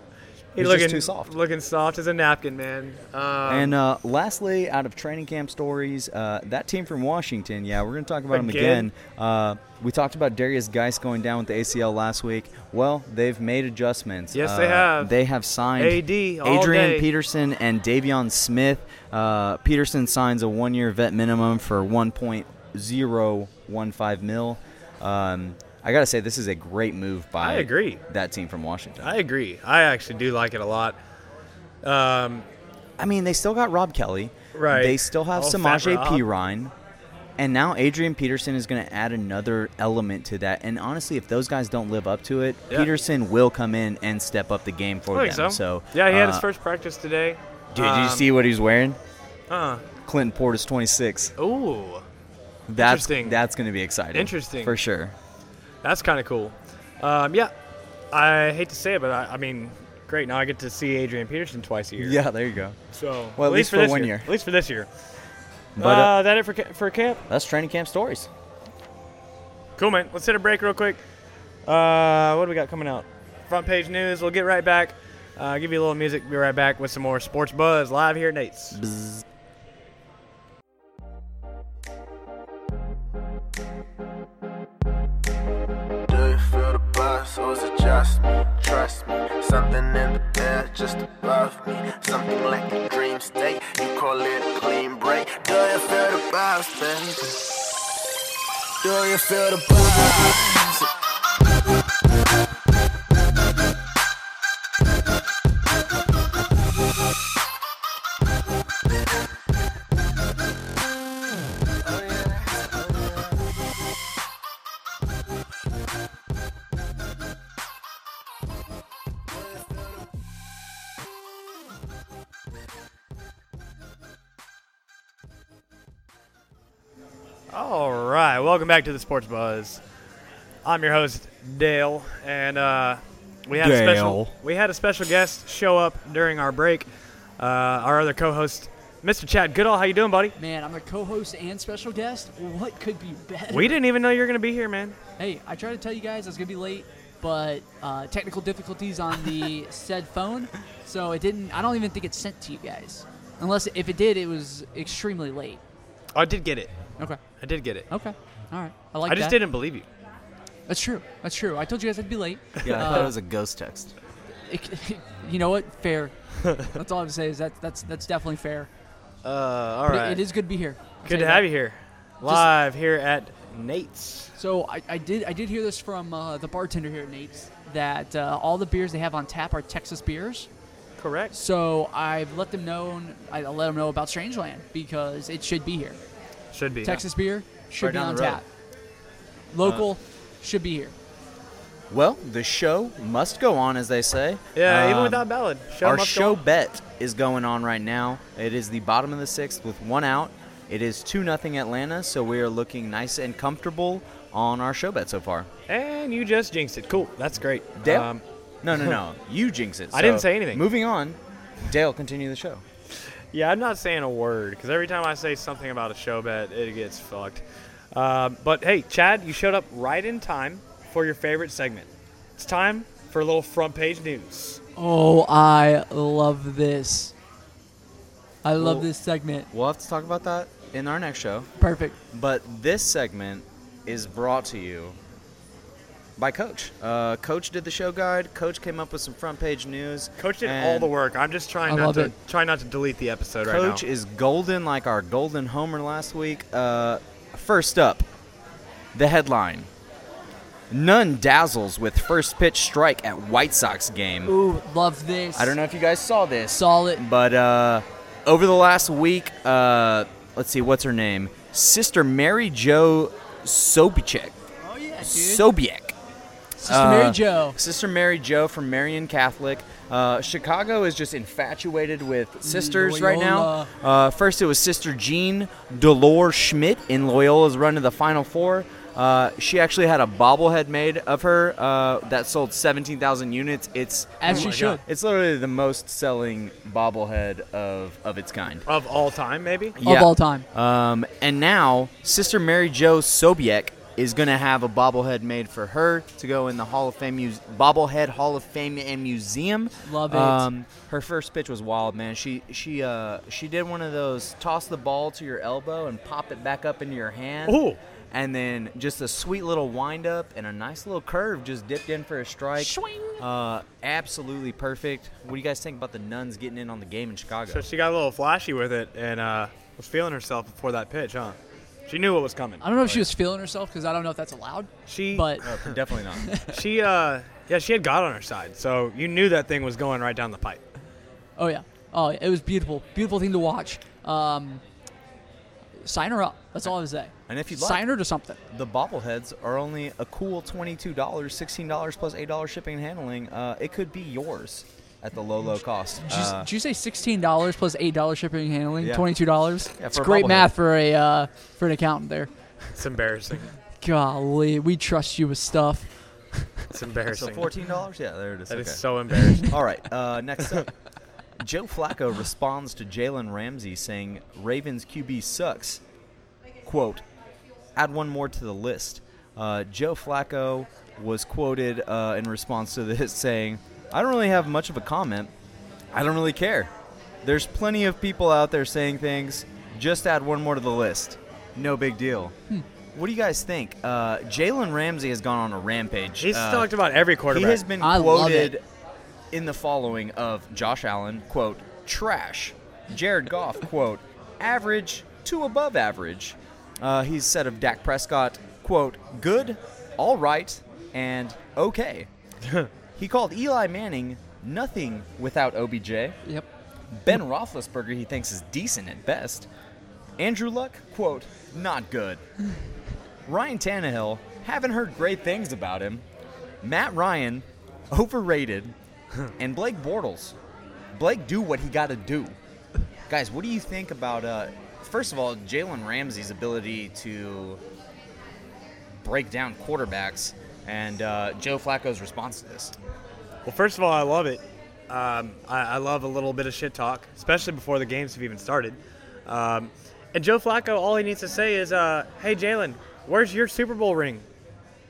Speaker 5: He's just
Speaker 4: looking
Speaker 5: too soft.
Speaker 4: Looking soft as a napkin, man. Um,
Speaker 5: And uh, lastly, out of training camp stories, uh, that team from Washington, yeah, we're going to talk about them
Speaker 4: Again?
Speaker 5: again. Uh, we talked about Darius Geis going down with the ACL last week. Well, they've made adjustments.
Speaker 4: Yes,
Speaker 5: Uh,
Speaker 4: they have.
Speaker 5: They have signed
Speaker 4: AD all
Speaker 5: Adrian
Speaker 4: day.
Speaker 5: Peterson and Davion Smith. Uh, Peterson signs a one year vet minimum for 1.015 mil. Um, I got to say, this is a great move by
Speaker 4: I agree.
Speaker 5: that team from Washington.
Speaker 4: I agree. I actually do like it a lot. Um,
Speaker 5: I mean, they still got Rob Kelly.
Speaker 4: Right.
Speaker 5: They still have
Speaker 4: Oh,
Speaker 5: Samaje
Speaker 4: fat Rob.
Speaker 5: P. Ryan. And now Adrian Peterson is going to add another element to that. And honestly, if those guys don't live up to it,
Speaker 4: Yeah.
Speaker 5: Peterson will come in and step up the game for
Speaker 4: I think so.
Speaker 5: them. So,
Speaker 4: yeah, he had his
Speaker 5: uh,
Speaker 4: first practice today.
Speaker 5: Dude, did
Speaker 4: Um,
Speaker 5: you see what he's wearing?
Speaker 4: Uh,
Speaker 5: Clinton Portis 26.
Speaker 4: ooh,
Speaker 5: That's
Speaker 4: Oh, Interesting.
Speaker 5: that's going to be exciting.
Speaker 4: Interesting.
Speaker 5: For sure.
Speaker 4: that's kind of cool. Um, yeah, I hate to say it, but I, I mean, great. Now I get to see Adrian Peterson twice a year.
Speaker 5: Yeah, there you go.
Speaker 4: So
Speaker 5: Well, at least for
Speaker 4: this
Speaker 5: one year.
Speaker 4: At least for this year.
Speaker 5: But
Speaker 4: uh,
Speaker 5: uh,
Speaker 4: that it for ca- for camp?
Speaker 5: that's training camp stories.
Speaker 4: Cool, man. Let's hit a break real quick. Uh, what do we got coming out? Front page news. We'll get right back. Uh, give you a little music. Be right back with some more sports buzz live here at Nate's.
Speaker 3: Do you feel the buzz or is it just me? Trust me, something in the air just above me. Something like a dream state, you call it a clean break. Do you feel the buzz, baby? Do you feel the buzz?
Speaker 4: All right, welcome back to the Sports Buzz. I'm your host Dale, and uh, we had a special
Speaker 5: Dale.
Speaker 4: we had a special guest show up during our break. Uh, our other co-host, Mr. Chad Goodall. How you doing, buddy?
Speaker 6: Man, I'm a co-host and special guest. What could be better?
Speaker 4: We didn't even know you were gonna be here, man.
Speaker 6: Hey, I tried to tell you guys I was gonna be late, but uh, technical difficulties on the said phone, so it didn't. I don't even think it sent to you guys, unless if it did, it was extremely late.
Speaker 4: Oh, I did get it.
Speaker 6: Okay.
Speaker 4: I did get it.
Speaker 6: Okay. All right. I like
Speaker 4: I just
Speaker 6: that.
Speaker 4: didn't believe you.
Speaker 6: That's true. That's true. I told you guys I'd be late.
Speaker 5: Yeah, I
Speaker 6: Uh,
Speaker 5: thought it was a ghost text.
Speaker 6: It- you know what? Fair. that's all I'm saying is that that's that's definitely fair.
Speaker 4: Uh, all
Speaker 6: But
Speaker 4: right.
Speaker 6: it, it is good to be here. I'll tell
Speaker 4: good to
Speaker 6: that.
Speaker 4: have you here, live here at Nate's.
Speaker 6: So I, I did I did hear this from uh, the bartender here at Nate's that uh, all the beers they have on tap are Texas beers.
Speaker 4: Correct.
Speaker 6: So I've let them know I let them know about Strangeland because it should be here.
Speaker 4: Should be
Speaker 6: Texas beer should
Speaker 5: Right
Speaker 6: be
Speaker 5: down
Speaker 6: on
Speaker 5: the road.
Speaker 6: tap. Local should be here.
Speaker 5: Well, the show must go on, as they say.
Speaker 4: Yeah, even
Speaker 5: Um,
Speaker 4: without ballad. Show
Speaker 5: Our
Speaker 4: must go
Speaker 5: show
Speaker 4: on.
Speaker 5: bet is going on right now. It is the bottom of the sixth with one out. It is 2 nothing Atlanta, so we are looking nice and comfortable on our show bet so far.
Speaker 4: And you just jinxed it. Cool. That's great.
Speaker 5: Dale?
Speaker 4: Um,
Speaker 5: no, no, no. You jinx it.
Speaker 4: I didn't
Speaker 5: So,
Speaker 4: say anything.
Speaker 5: Moving on, Dale, continue the show.
Speaker 4: Yeah, I'm not saying a word because every time I say something about a show bet, it gets fucked. Uh, but hey, Chad, you showed up right in time for your favorite segment. It's time for a little front page news.
Speaker 6: Oh, I love this. I love
Speaker 5: Well-
Speaker 6: this segment.
Speaker 5: We'll have to talk about that in our next show.
Speaker 6: Perfect.
Speaker 5: But this segment is brought to you by Coach. Uh, Coach did the show guide. Coach came up with some front page news.
Speaker 4: Coach did all
Speaker 5: and
Speaker 4: the work. I'm just trying
Speaker 6: I
Speaker 4: not
Speaker 6: love
Speaker 4: to
Speaker 6: it.
Speaker 4: try not to delete the episode
Speaker 5: Coach
Speaker 4: right now.
Speaker 5: is golden like our golden homer last week. Uh, first up, the headline. None dazzles with first pitch strike at White Sox game.
Speaker 6: Ooh, love this.
Speaker 5: I don't know if you guys saw this.
Speaker 6: Saw it.
Speaker 5: But uh, over the last week, uh, let's see, what's her name? Sister Mary Jo Sobichek.
Speaker 6: Oh yeah, dude.
Speaker 5: Sobiek.
Speaker 6: Sister Mary
Speaker 5: Uh,
Speaker 6: Joe.
Speaker 5: Sister Mary Joe from Marian Catholic. Uh, Chicago is just infatuated with sisters right now.
Speaker 6: Mm, Loyola.
Speaker 5: Uh, first, it was Sister Jean Delore Schmidt in Loyola's run to the Final Four. Uh, she actually had a bobblehead made of her uh, that sold 17,000 units. It's Oh
Speaker 6: As she should.
Speaker 5: it's literally the most selling bobblehead of, of its kind.
Speaker 4: of all time, maybe.
Speaker 6: Of all time.
Speaker 5: Um, and now, Sister Mary Jo Sobiek is going to have a bobblehead made for her to go in the Hall of Fame muse- bobblehead Hall of Fame and Museum.
Speaker 6: Love it.
Speaker 5: Um, her first pitch was wild, man. She she uh, she did one of those toss the ball to your elbow and pop it back up into your hand.
Speaker 4: Ooh.
Speaker 5: And then just a sweet little wind up and a nice little curve just dipped in for a strike. Uh, absolutely perfect. What do you guys think about the nuns getting in on the game in Chicago?
Speaker 4: So she got a little flashy with it and uh, was feeling herself before that pitch, huh? She knew what was coming.
Speaker 6: I don't know
Speaker 5: uh,
Speaker 6: if she was feeling herself because I don't know if that's allowed.
Speaker 4: She Oh,
Speaker 6: But
Speaker 5: Definitely not.
Speaker 4: she uh yeah she had God on her side, so you knew that thing was going right down the pipe.
Speaker 6: oh yeah, oh yeah, it was beautiful, beautiful thing to watch. Um, sign her up. That's all I would say.
Speaker 5: And if you'd like-
Speaker 6: sign her to something.
Speaker 5: the bobbleheads are only a cool $22, $16 plus $8 shipping and handling. Uh, it could be yours at the low, low cost.
Speaker 6: Did you,
Speaker 5: Uh,
Speaker 6: did you say sixteen dollars plus eight dollars shipping and handling?
Speaker 5: Yeah.
Speaker 6: Twenty two dollars.
Speaker 5: Yeah,
Speaker 6: it's
Speaker 5: for a
Speaker 6: great
Speaker 5: bobblehead.
Speaker 6: math for a uh, for an accountant there.
Speaker 4: It's embarrassing.
Speaker 6: Golly, we trust you with stuff.
Speaker 4: It's
Speaker 5: so
Speaker 4: embarrassing.
Speaker 5: $14? Yeah, there it is.
Speaker 4: That is
Speaker 5: Okay.
Speaker 4: so embarrassing.
Speaker 5: All right, uh, next up. Joe Flacco responds to Jalen Ramsey saying Ravens QB sucks. Quote, add one more to the list. Uh, Joe Flacco was quoted uh, in response to this saying, I don't really have much of a comment. I don't really care. There's plenty of people out there saying things. Just add one more to the list. No big deal. What do you guys think? Uh, Jalen Ramsey has gone on a rampage.
Speaker 4: He's
Speaker 5: Uh,
Speaker 4: talked about every quarterback.
Speaker 5: he has been
Speaker 6: I love
Speaker 5: quoted
Speaker 6: it.
Speaker 5: in the following of Josh Allen, quote, trash. Jared Goff, quote, average to above average. Uh, he's said of Dak Prescott, quote, good, all right, and okay. he called Eli Manning nothing without OBJ.
Speaker 6: Yep.
Speaker 5: Ben Roethlisberger, he thinks, is decent at best. Andrew Luck, quote, not good. Ryan Tannehill, haven't heard great things about him. Matt Ryan, overrated. and Blake Bortles, Blake do what he got to do. Guys, what do you think about, uh, first of all, Jalen Ramsey's ability to break down quarterbacks and uh, Joe Flacco's response to this?
Speaker 4: Well, first of all, I love it. Um, I, I love a little bit of shit talk, especially before the games have even started. Um, and Joe Flacco, all he needs to say is, uh, "Hey Jalen, where's your Super Bowl ring?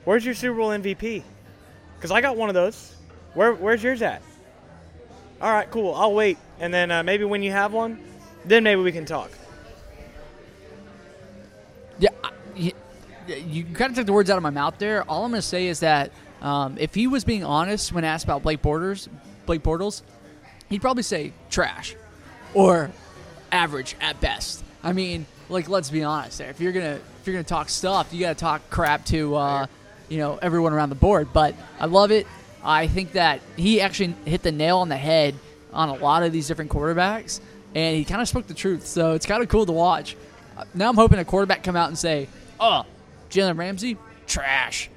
Speaker 4: Where's your Super Bowl MVP? Because I got one of those. Where, where's yours at? All right, cool. I'll wait, and then uh, maybe when you have one, then maybe we can talk."
Speaker 6: Yeah, I- y- you kind of took the words out of my mouth there. All I'm going to say is that um, if he was being honest when asked about Blake Borders, Blake Bortles, he'd probably say trash or average at best. I mean, like let's be honest there. If you're gonna if you're gonna talk stuff, you got to talk crap to uh, you know everyone around the board. But I love it. I think that he actually hit the nail on the head on a lot of these different quarterbacks, and he kind of spoke the truth. So it's kind of cool to watch. Uh, Now I'm hoping a quarterback come out and say, "Oh, Jalen Ramsey, trash."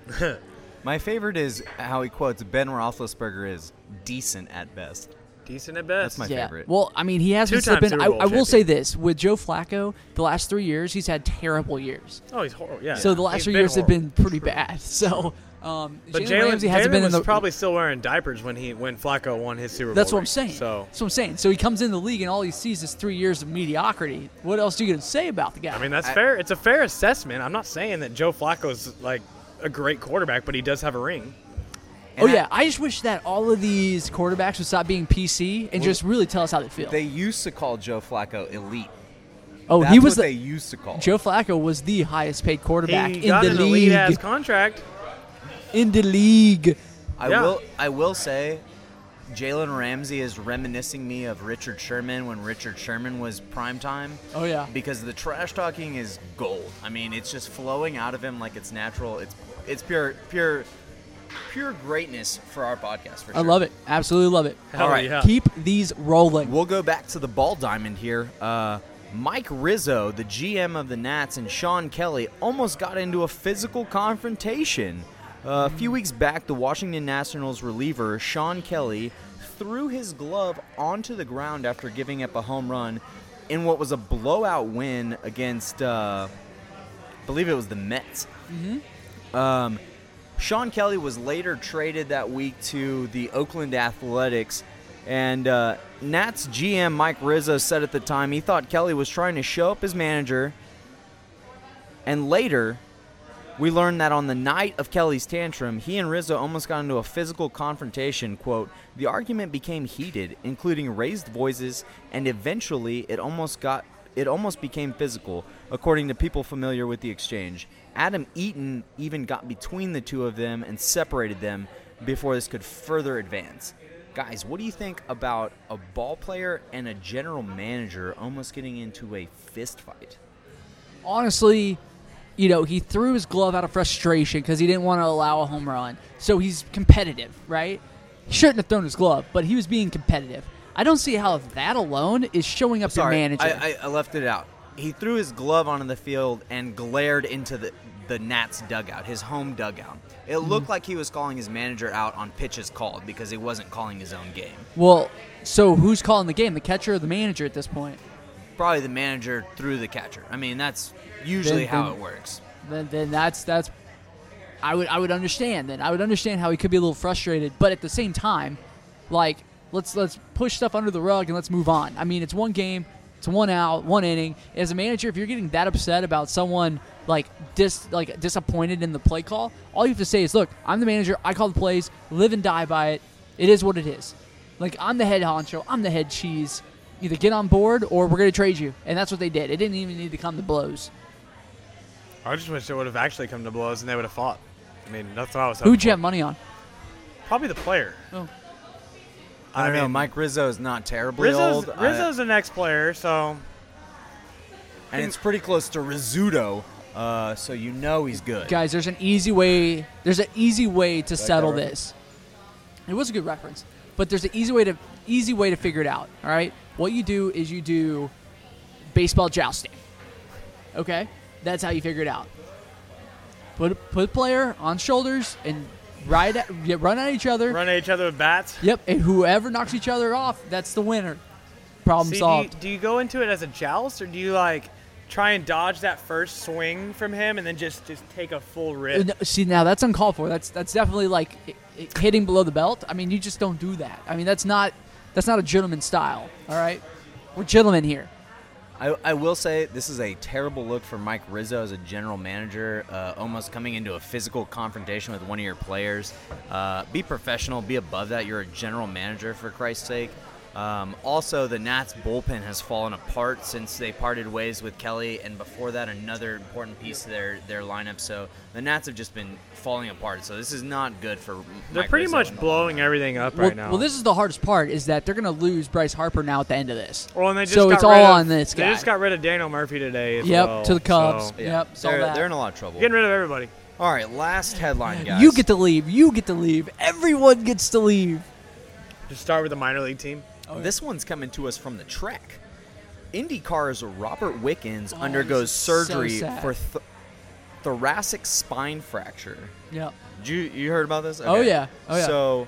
Speaker 5: My favorite is how he quotes Ben Roethlisberger is decent at best.
Speaker 4: Decent at best.
Speaker 5: That's my
Speaker 6: yeah.
Speaker 5: favorite.
Speaker 6: Well, I mean, he has been
Speaker 4: Two-time
Speaker 6: slipping.
Speaker 4: Super
Speaker 6: I,
Speaker 4: Bowl
Speaker 6: I will
Speaker 4: champion.
Speaker 6: say this with Joe Flacco, the last three years he's had terrible years.
Speaker 4: oh, he's horrible. Yeah.
Speaker 6: So the last
Speaker 4: He's
Speaker 6: few years have
Speaker 4: horrible.
Speaker 6: been pretty bad. So um,
Speaker 4: But
Speaker 6: Jalen
Speaker 4: Jalen
Speaker 6: Ramsey hasn't been in
Speaker 4: was
Speaker 6: the
Speaker 4: probably still wearing diapers when he when Flacco won his Super Bowl.
Speaker 6: That's what
Speaker 4: ring.
Speaker 6: I'm saying.
Speaker 4: So
Speaker 6: That's what I'm saying. So he comes in the league and all he sees is three years of mediocrity. What else are you gonna say about the guy?
Speaker 4: I mean, that's fair. It's a fair assessment. I'm not saying that Joe Flacco's like a great quarterback, but he does have a ring.
Speaker 6: oh
Speaker 5: And I-
Speaker 6: yeah, I just wish that all of these quarterbacks would stop being PC and just really tell us how they feel.
Speaker 5: They used to call Joe Flacco elite.
Speaker 6: Oh,
Speaker 5: That's
Speaker 6: he was
Speaker 5: what
Speaker 6: the-
Speaker 5: they used to call. it.
Speaker 6: Joe Flacco was the highest paid quarterback
Speaker 4: He
Speaker 6: in
Speaker 4: got
Speaker 6: the
Speaker 4: an elite ass
Speaker 6: league.
Speaker 4: contract.
Speaker 6: In the league.
Speaker 5: I
Speaker 4: Yeah.
Speaker 5: will. I will say, Jalen Ramsey is reminiscing me of Richard Sherman when Richard Sherman was prime time.
Speaker 6: Oh yeah.
Speaker 5: Because the trash talking is gold. I mean, it's just flowing out of him like it's natural. It's it's pure pure pure greatness for our podcast. For sure.
Speaker 6: I love it. Absolutely love it.
Speaker 4: Hell
Speaker 5: All right,
Speaker 4: yeah.
Speaker 6: Keep these rolling.
Speaker 5: We'll go back to the ball diamond here. Uh, Mike Rizzo, the GM of the Nats, and Sean Kelly almost got into a physical confrontation. Uh, a few weeks back, the Washington Nationals reliever Sean Kelly threw his glove onto the ground after giving up a home run in what was a blowout win against, uh, I believe it was the Mets. Um, Sean Kelly was later traded that week to the Oakland Athletics, and uh, Nats GM Mike Rizzo said at the time he thought Kelly was trying to show up his manager. And later, we learned that on the night of Kelly's tantrum, he and Rizzo almost got into a physical confrontation. Quote, the argument became heated, including raised voices, and eventually it almost got it almost became physical, according to people familiar with the exchange. Adam Eaton even got between the two of them and separated them before this could further advance. Guys, what do you think about a ball player and a general manager almost getting into a fist fight?
Speaker 6: Honestly, you know, he threw his glove out of frustration because he didn't want to allow a home run. So he's competitive, right? He shouldn't have thrown his glove, but he was being competitive. I don't see how that alone is showing up
Speaker 5: Sorry,
Speaker 6: your manager.
Speaker 5: I, I, I left it out. He threw his glove onto the field and glared into the, the Nats dugout, his home dugout. It looked like he was calling his manager out on pitches called because he wasn't calling his own game.
Speaker 6: well, so who's calling the game? The catcher or the manager at this point?
Speaker 5: Probably the manager threw the catcher. I mean, that's usually
Speaker 6: Then-
Speaker 5: how
Speaker 6: then-
Speaker 5: it works.
Speaker 6: then then that's that's I would I would understand then. I would understand how he could be a little frustrated, but at the same time, like let's let's push stuff under the rug and let's move on. I mean, it's one game, it's one out, one inning. As a manager, if you're getting that upset about someone like dis like disappointed in the play call, all you have to say is, "Look, I'm the manager. I call the plays. Live and die by it. It is what it is." Like I'm the head honcho, I'm the head cheese. Either get on board or we're going to trade you. And that's what they did. It didn't even need to come to blows.
Speaker 4: I just wish it would have actually come to blows and they would have fought. I mean, that's what I was hoping
Speaker 6: Who'd
Speaker 4: for.
Speaker 6: you have money on?
Speaker 4: Probably the player.
Speaker 6: Oh.
Speaker 5: I don't know.
Speaker 4: mean,
Speaker 5: Mike Rizzo is not terribly
Speaker 4: Rizzo's,
Speaker 5: old, uh, I-
Speaker 4: Rizzo's the next player, so
Speaker 5: and it's pretty close to Rizzuto, uh, so you know he's good.
Speaker 6: guys there's an easy way there's an easy way to settle
Speaker 5: reference?
Speaker 6: this it was a good reference but there's an easy way to easy way to figure it out all right what you do is you do baseball jousting okay that's how you figure it out put put a player on shoulders and ride at, yeah, run at each other
Speaker 4: run at each other with bats.
Speaker 6: yep and whoever knocks each other off that's the winner problem
Speaker 4: See, do, you,
Speaker 6: solved
Speaker 4: do you go into it as a joust, or do you like try and dodge that first swing from him and then just just take a full
Speaker 6: Uh,
Speaker 4: rip?
Speaker 6: no, see now that's uncalled for. That's that's definitely like i i hitting below the belt. I mean, you just don't do that. I mean, that's not that's not a gentleman style. All right, we're gentlemen here.
Speaker 5: I, I will say this is a terrible look for Mike Rizzo as a general manager, uh, almost coming into a physical confrontation with one of your players. Uh, be professional, be above that. You're a general manager, for Christ's sake. Um, also, the Nats bullpen has fallen apart since they parted ways with Kelly, and before that, another important piece to their, their lineup. So the Nats have just been falling apart. So this is not good for.
Speaker 4: They're
Speaker 5: Mike
Speaker 4: pretty
Speaker 5: Rizzo
Speaker 4: much
Speaker 5: in the long
Speaker 4: blowing everything up
Speaker 6: Well,
Speaker 4: right now.
Speaker 6: well, this is the hardest part is that they're gonna lose Bryce Harper now at the end of this.
Speaker 4: Well, and they just
Speaker 6: so
Speaker 4: got
Speaker 6: it's
Speaker 4: rid
Speaker 6: all
Speaker 4: of-
Speaker 6: on this guy.
Speaker 4: They just got rid of Daniel Murphy today. as
Speaker 6: Yep,
Speaker 4: well,
Speaker 6: to the Cubs.
Speaker 4: so-
Speaker 5: run.
Speaker 6: Yep, saw
Speaker 5: they're,
Speaker 6: that.
Speaker 5: they're in a lot of trouble.
Speaker 4: Getting rid of everybody.
Speaker 5: All right, last headline, guys.
Speaker 6: you get to leave. You get to leave. Everyone gets to leave.
Speaker 4: Just start with the minor league team.
Speaker 6: Oh,
Speaker 5: This one's coming to us from the track. IndyCar's Robert Wickens undergoes
Speaker 6: Oh, so
Speaker 5: surgery
Speaker 6: sad.
Speaker 5: for th- thoracic spine fracture.
Speaker 6: Yep.
Speaker 5: Did you you heard about this?
Speaker 6: Oh, yeah. Oh, yeah.
Speaker 5: So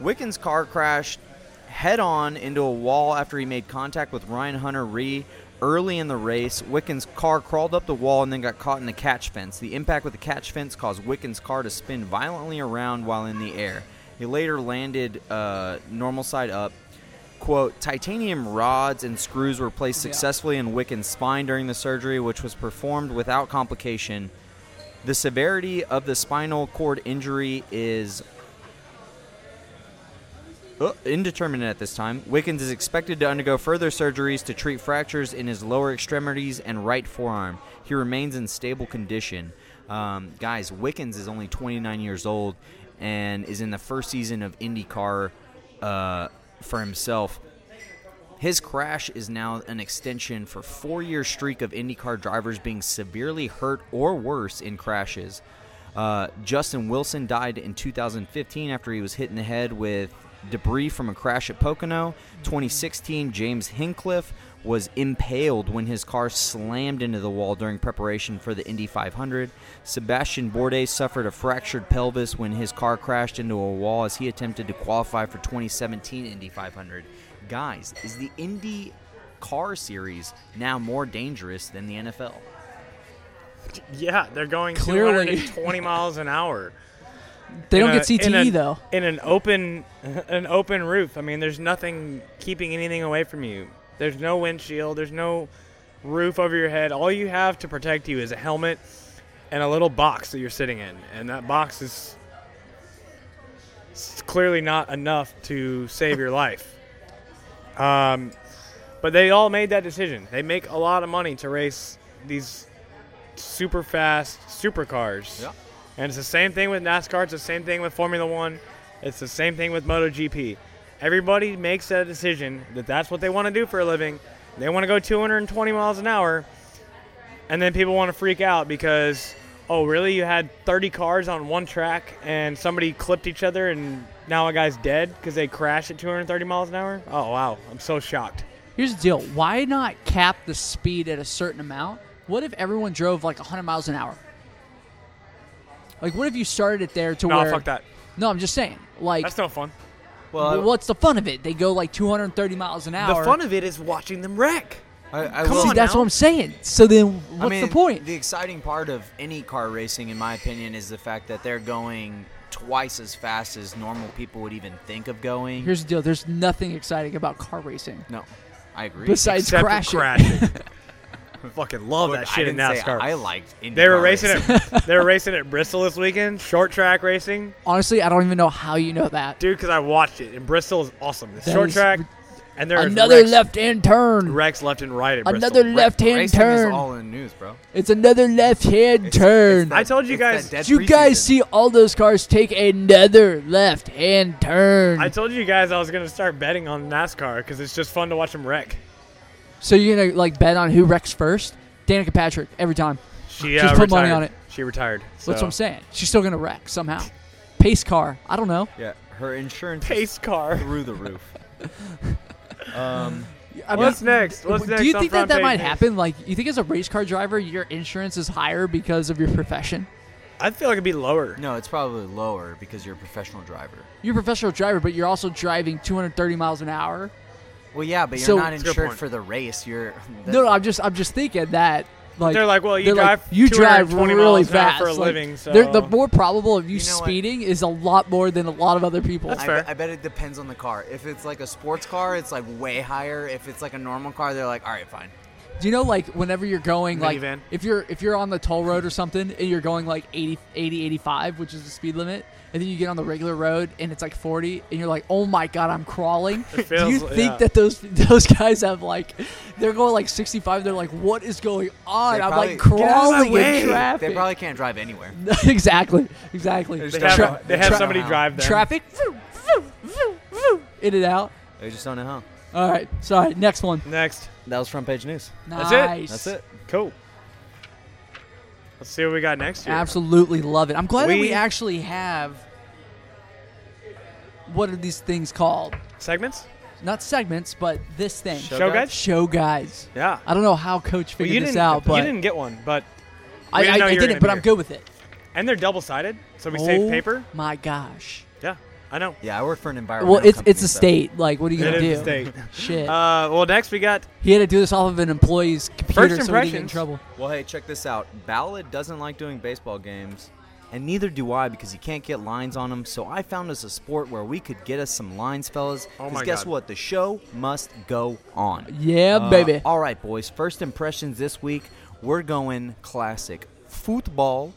Speaker 5: Wickens' car crashed head on into a wall after he made contact with Ryan Hunter Ree early in the race. Wickens' car crawled up the wall and then got caught in the catch fence. The impact with the catch fence caused Wickens' car to spin violently around while in the air. He later landed uh, normal side up. Quote, titanium rods and screws were placed
Speaker 6: Yeah.
Speaker 5: successfully in Wickens' spine during the surgery, which was performed without complication. The severity of the spinal cord injury is uh, indeterminate at this time. Wickens is expected to undergo further surgeries to treat fractures in his lower extremities and right forearm. He remains in stable condition. Um, guys, Wickens is only 29 years old and is in the first season of IndyCar uh, for himself. His crash is now an extension for four year streak of IndyCar drivers being severely hurt or worse in crashes. Uh, Justin Wilson died in 2015 after he was hit in the head with debris from a crash at Pocono. 2016, James Hincliffe was impaled when his car slammed into the wall during preparation for the Indy 500. Sebastian Bourdais suffered a fractured pelvis when his car crashed into a wall as he attempted to qualify for 2017 Indy 500. Guys, is the Indy car series now more dangerous than the NFL?
Speaker 4: Yeah, they're going
Speaker 6: Clearly.
Speaker 4: 220 miles an hour.
Speaker 6: They
Speaker 4: In
Speaker 6: don't
Speaker 4: a-
Speaker 6: get CTE
Speaker 4: in a-
Speaker 6: though.
Speaker 4: In an open, an open roof. I mean, there's nothing keeping anything away from you. There's no windshield. There's no roof over your head. All you have to protect you is a helmet and a little box that you're sitting in, and that box is s- clearly not enough to save your life. Um, but they all made that decision. They make a lot of money to race these super fast supercars.
Speaker 5: Yeah.
Speaker 4: And it's the same thing with NASCAR. It's the same thing with Formula One. It's the same thing with MotoGP. Everybody makes that decision that that's what they want to do for a living. They want to go 220 miles an hour, and then people want to freak out because, oh, really? You had 30 cars on one track, and somebody clipped each other, and now a guy's dead because they crashed at 230 miles an hour? Oh, wow. I'm so shocked.
Speaker 6: Here's the deal. Why not cap the speed at a certain amount? What if everyone drove like 100 miles an hour? Like, what if you started it there to
Speaker 4: No,
Speaker 6: where?
Speaker 4: fuck that.
Speaker 6: No, I'm just saying. Like,
Speaker 4: That's no fun.
Speaker 6: well, what's the fun of it? They go like 230 miles an hour.
Speaker 4: The fun of it is watching them wreck.
Speaker 5: I, I
Speaker 4: Come
Speaker 5: will-
Speaker 4: on
Speaker 6: See, that's
Speaker 4: now.
Speaker 6: what I'm saying. So then, what's
Speaker 5: I mean,
Speaker 6: the point?
Speaker 5: The exciting part of any car racing, in my opinion, is the fact that they're going twice as fast as normal people would even think of going.
Speaker 6: Here's the deal. There's nothing exciting about car racing
Speaker 5: no, I agree.
Speaker 6: besides
Speaker 4: Except for
Speaker 6: crashing.
Speaker 4: crashing. I fucking love
Speaker 5: Look,
Speaker 4: that
Speaker 5: I
Speaker 4: shit in
Speaker 5: didn't say
Speaker 4: NASCAR.
Speaker 5: I liked.
Speaker 4: They were
Speaker 5: IndyCar
Speaker 4: racing at they were racing at Bristol this weekend, short track racing,
Speaker 6: Honestly, I don't even know how you know that.
Speaker 4: dude. Because I watched it, and Bristol is awesome. The
Speaker 6: That
Speaker 4: short
Speaker 6: is
Speaker 4: track,
Speaker 6: ri-
Speaker 4: and there's
Speaker 6: Another
Speaker 4: wrecks,
Speaker 6: left-hand turn.
Speaker 4: wrecks left and right at
Speaker 6: Another
Speaker 4: Bristol.
Speaker 6: left-hand
Speaker 5: Racing
Speaker 6: turn.
Speaker 5: is all in the news, bro.
Speaker 6: It's another left-hand turn.
Speaker 4: I told you
Speaker 5: It's that
Speaker 4: guys.
Speaker 5: dead
Speaker 6: Did you guys
Speaker 5: preseason.
Speaker 6: see all those cars take another left-hand turn?
Speaker 4: I told you guys I was gonna start betting on NASCAR because it's just fun to watch them wreck.
Speaker 6: so you're gonna like bet on who wrecks first? Danica Patrick every time.
Speaker 4: She
Speaker 6: Just
Speaker 4: uh,
Speaker 6: put money
Speaker 4: retired.
Speaker 6: on it.
Speaker 4: She retired. So.
Speaker 6: That's what I'm saying. She's still gonna wreck somehow. Pace car. I don't know.
Speaker 5: Yeah, her insurance is
Speaker 4: Pace car.
Speaker 5: through the roof.
Speaker 6: I
Speaker 4: What's
Speaker 6: mean,
Speaker 4: next? What's
Speaker 6: do
Speaker 4: next
Speaker 6: you
Speaker 4: on
Speaker 6: think that
Speaker 4: front
Speaker 6: that might
Speaker 4: pages?
Speaker 6: happen? Like, you think as a race car driver, your insurance is higher because of your profession?
Speaker 4: I feel like it'd be lower.
Speaker 5: No, it's probably lower because you're a professional driver.
Speaker 6: You're a professional driver, but you're also driving 230 miles an hour.
Speaker 5: Well, yeah, but you're
Speaker 6: So-
Speaker 5: not
Speaker 4: That's a good
Speaker 5: insured
Speaker 4: point.
Speaker 5: for the race. You're
Speaker 6: No, no, I'm just, I'm just thinking that. Like,
Speaker 4: They're like, well, you
Speaker 6: they're
Speaker 4: drive
Speaker 6: you drive
Speaker 4: 220
Speaker 6: really
Speaker 4: miles an hour
Speaker 6: fast
Speaker 4: for a
Speaker 6: Like,
Speaker 4: living, so-
Speaker 6: they're- the more probable of you,
Speaker 5: know what?
Speaker 6: speeding is a lot more than a lot of other people.
Speaker 5: I,
Speaker 4: fair.
Speaker 5: bet- I bet it depends on the car. If it's like a sports car, it's like way higher. If it's like a normal car, they're like, all right, fine.
Speaker 6: Do you know like whenever you're going like
Speaker 4: Minivan.
Speaker 6: if you're if you're on the toll road or something and you're going like 80 80 85 which is the speed limit and then you get on the regular road and it's like 40 and you're like oh my god I'm crawling do you
Speaker 4: feels-
Speaker 6: think
Speaker 4: yeah.
Speaker 6: that those those guys have like they're going like 65 they're like what is going on
Speaker 5: They
Speaker 6: I'm like
Speaker 5: probably- Get
Speaker 4: out of my
Speaker 6: crawling
Speaker 4: way.
Speaker 6: in traffic
Speaker 5: They probably can't drive anywhere.
Speaker 6: exactly exactly
Speaker 5: They
Speaker 4: They
Speaker 5: Tra-
Speaker 4: have,
Speaker 6: Tra-
Speaker 4: they have
Speaker 6: tra-
Speaker 4: somebody drive them.
Speaker 6: traffic vroom, vroom, vroom, vroom, in and out
Speaker 5: They just don't know how.
Speaker 6: all right sorry next one
Speaker 4: Next.
Speaker 5: That was front page news.
Speaker 6: nice
Speaker 4: That's it. Cool. Let's see what we got next year.
Speaker 6: Absolutely love it. I'm glad that we
Speaker 4: We-
Speaker 6: actually have what are these things called?
Speaker 4: Segments?
Speaker 6: Not segments, but this thing.
Speaker 5: Show
Speaker 4: Show
Speaker 5: guys?
Speaker 4: guys?
Speaker 6: Show guys.
Speaker 4: Yeah.
Speaker 6: I don't know how Coach
Speaker 4: Well,
Speaker 6: figured
Speaker 4: you
Speaker 6: this
Speaker 4: didn't,
Speaker 6: out, but
Speaker 4: you didn't get one, but
Speaker 6: I,
Speaker 4: we didn't
Speaker 6: I,
Speaker 4: know
Speaker 6: I
Speaker 4: you were
Speaker 6: didn't,
Speaker 4: gonna
Speaker 6: but
Speaker 4: be
Speaker 6: I'm
Speaker 4: here.
Speaker 6: good with it.
Speaker 4: and they're double sided, so we
Speaker 6: oh,
Speaker 4: save paper.
Speaker 6: My gosh.
Speaker 4: Yeah, I know.
Speaker 5: Yeah, I work for an environmental.
Speaker 6: Well, it's it's
Speaker 5: company,
Speaker 6: a
Speaker 5: so-
Speaker 6: state. Like, what are you
Speaker 4: It
Speaker 6: gonna do?
Speaker 4: is a state.
Speaker 6: Shit.
Speaker 4: Uh, well, next we got
Speaker 6: he had to do this off of an employee's computer,
Speaker 4: First
Speaker 6: so we didn't get in
Speaker 4: impressions.
Speaker 6: trouble.
Speaker 5: Well, hey, check this out. Ballad doesn't like doing baseball games, and neither do I because you can't get lines on them. So I found us a sport where we could get us some lines, fellas.
Speaker 4: Oh
Speaker 5: 'cause
Speaker 4: my
Speaker 5: guess
Speaker 4: God.
Speaker 5: what? The show must go on.
Speaker 6: Yeah,
Speaker 5: Uh,
Speaker 6: baby.
Speaker 5: All right, boys. First impressions this week. We're going classic football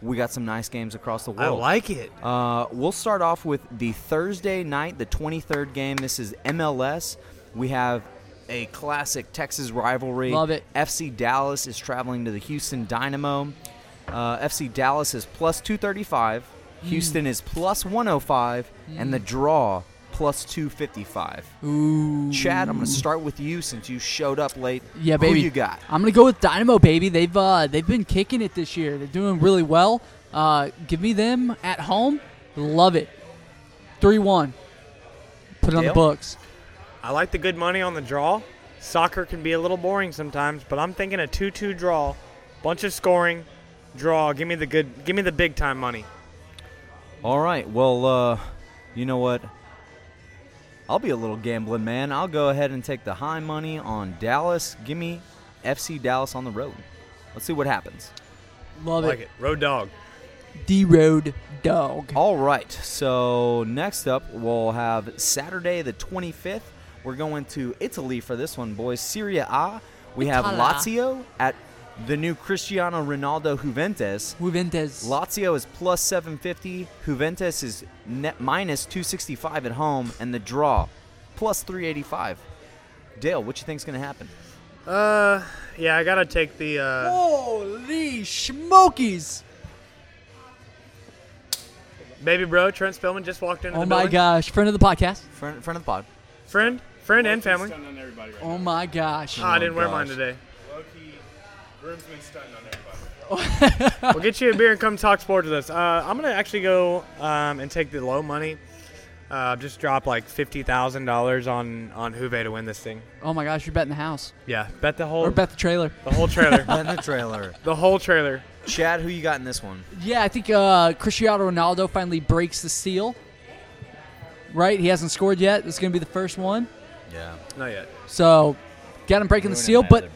Speaker 5: We got some nice games across the world.
Speaker 4: I like it.
Speaker 5: Uh, we'll start off with the Thursday night, the 23rd game. This is MLS. We have a classic Texas rivalry.
Speaker 6: Love it.
Speaker 5: FC Dallas is traveling to the Houston Dynamo. Uh, FC Dallas is plus 235.
Speaker 6: Mm.
Speaker 5: Houston is plus 105. And the draw, plus 255.
Speaker 6: Ooh.
Speaker 5: Chad, I'm going to start with you since you showed up late.
Speaker 6: Yeah, baby.
Speaker 5: Who you got?
Speaker 6: I'm gonna go with Dynamo, baby. They've uh, they've been kicking it this year. They're doing really well. Uh, give me them at home. Love it. Three one. Put it on the
Speaker 4: Dale?
Speaker 6: books.
Speaker 4: I like the good money on the draw. Soccer can be a little boring sometimes, but I'm thinking a 2-2 draw, bunch of scoring, draw. Give me the good. Give me the big time money.
Speaker 5: All right. Well, uh, you know what? I'll be a little gambling man. I'll go ahead and take the high money on Dallas. Give me FC Dallas on the road. Let's see what happens.
Speaker 6: Love
Speaker 4: like it. Road dog.
Speaker 6: D Road Dog.
Speaker 5: All right. So next up, we'll have Saturday the 25th. We're going to Italy for this one, boys. Serie A. We have
Speaker 6: Italia.
Speaker 5: Lazio at the new Cristiano Ronaldo Juventus.
Speaker 6: Juventus.
Speaker 5: Lazio is plus 750. Juventus is net minus 265 at home, and the draw plus 385. Dale, what you think's going to happen?
Speaker 4: Uh, yeah, I gotta take the. Uh,
Speaker 6: Holy smokies!
Speaker 4: Baby bro, Trent Spillman just walked into
Speaker 6: Oh
Speaker 4: the
Speaker 6: my
Speaker 4: building.
Speaker 6: gosh, friend of the podcast.
Speaker 5: Friend, friend of the pod.
Speaker 4: Friend, friend, and family.
Speaker 6: Oh my gosh.
Speaker 4: Ah, I didn't wear
Speaker 5: gosh.
Speaker 4: mine today. we'll get you a beer and come talk sports with us. Uh, I'm gonna actually go um, and take the low money. Uh, just drop like fifty thousand dollars on on Juve to win this thing.
Speaker 6: Oh my gosh, you're betting the house
Speaker 4: Yeah, bet the whole
Speaker 6: or bet the trailer.
Speaker 4: the whole trailer,
Speaker 5: the trailer.
Speaker 4: the whole trailer.
Speaker 5: Chad, who you got in this one?
Speaker 6: Yeah, I think uh, Cristiano Ronaldo finally breaks the seal. Right, he hasn't scored yet. This is gonna be the first one.
Speaker 5: Yeah.
Speaker 4: Not yet.
Speaker 6: So, got him breaking the seal, but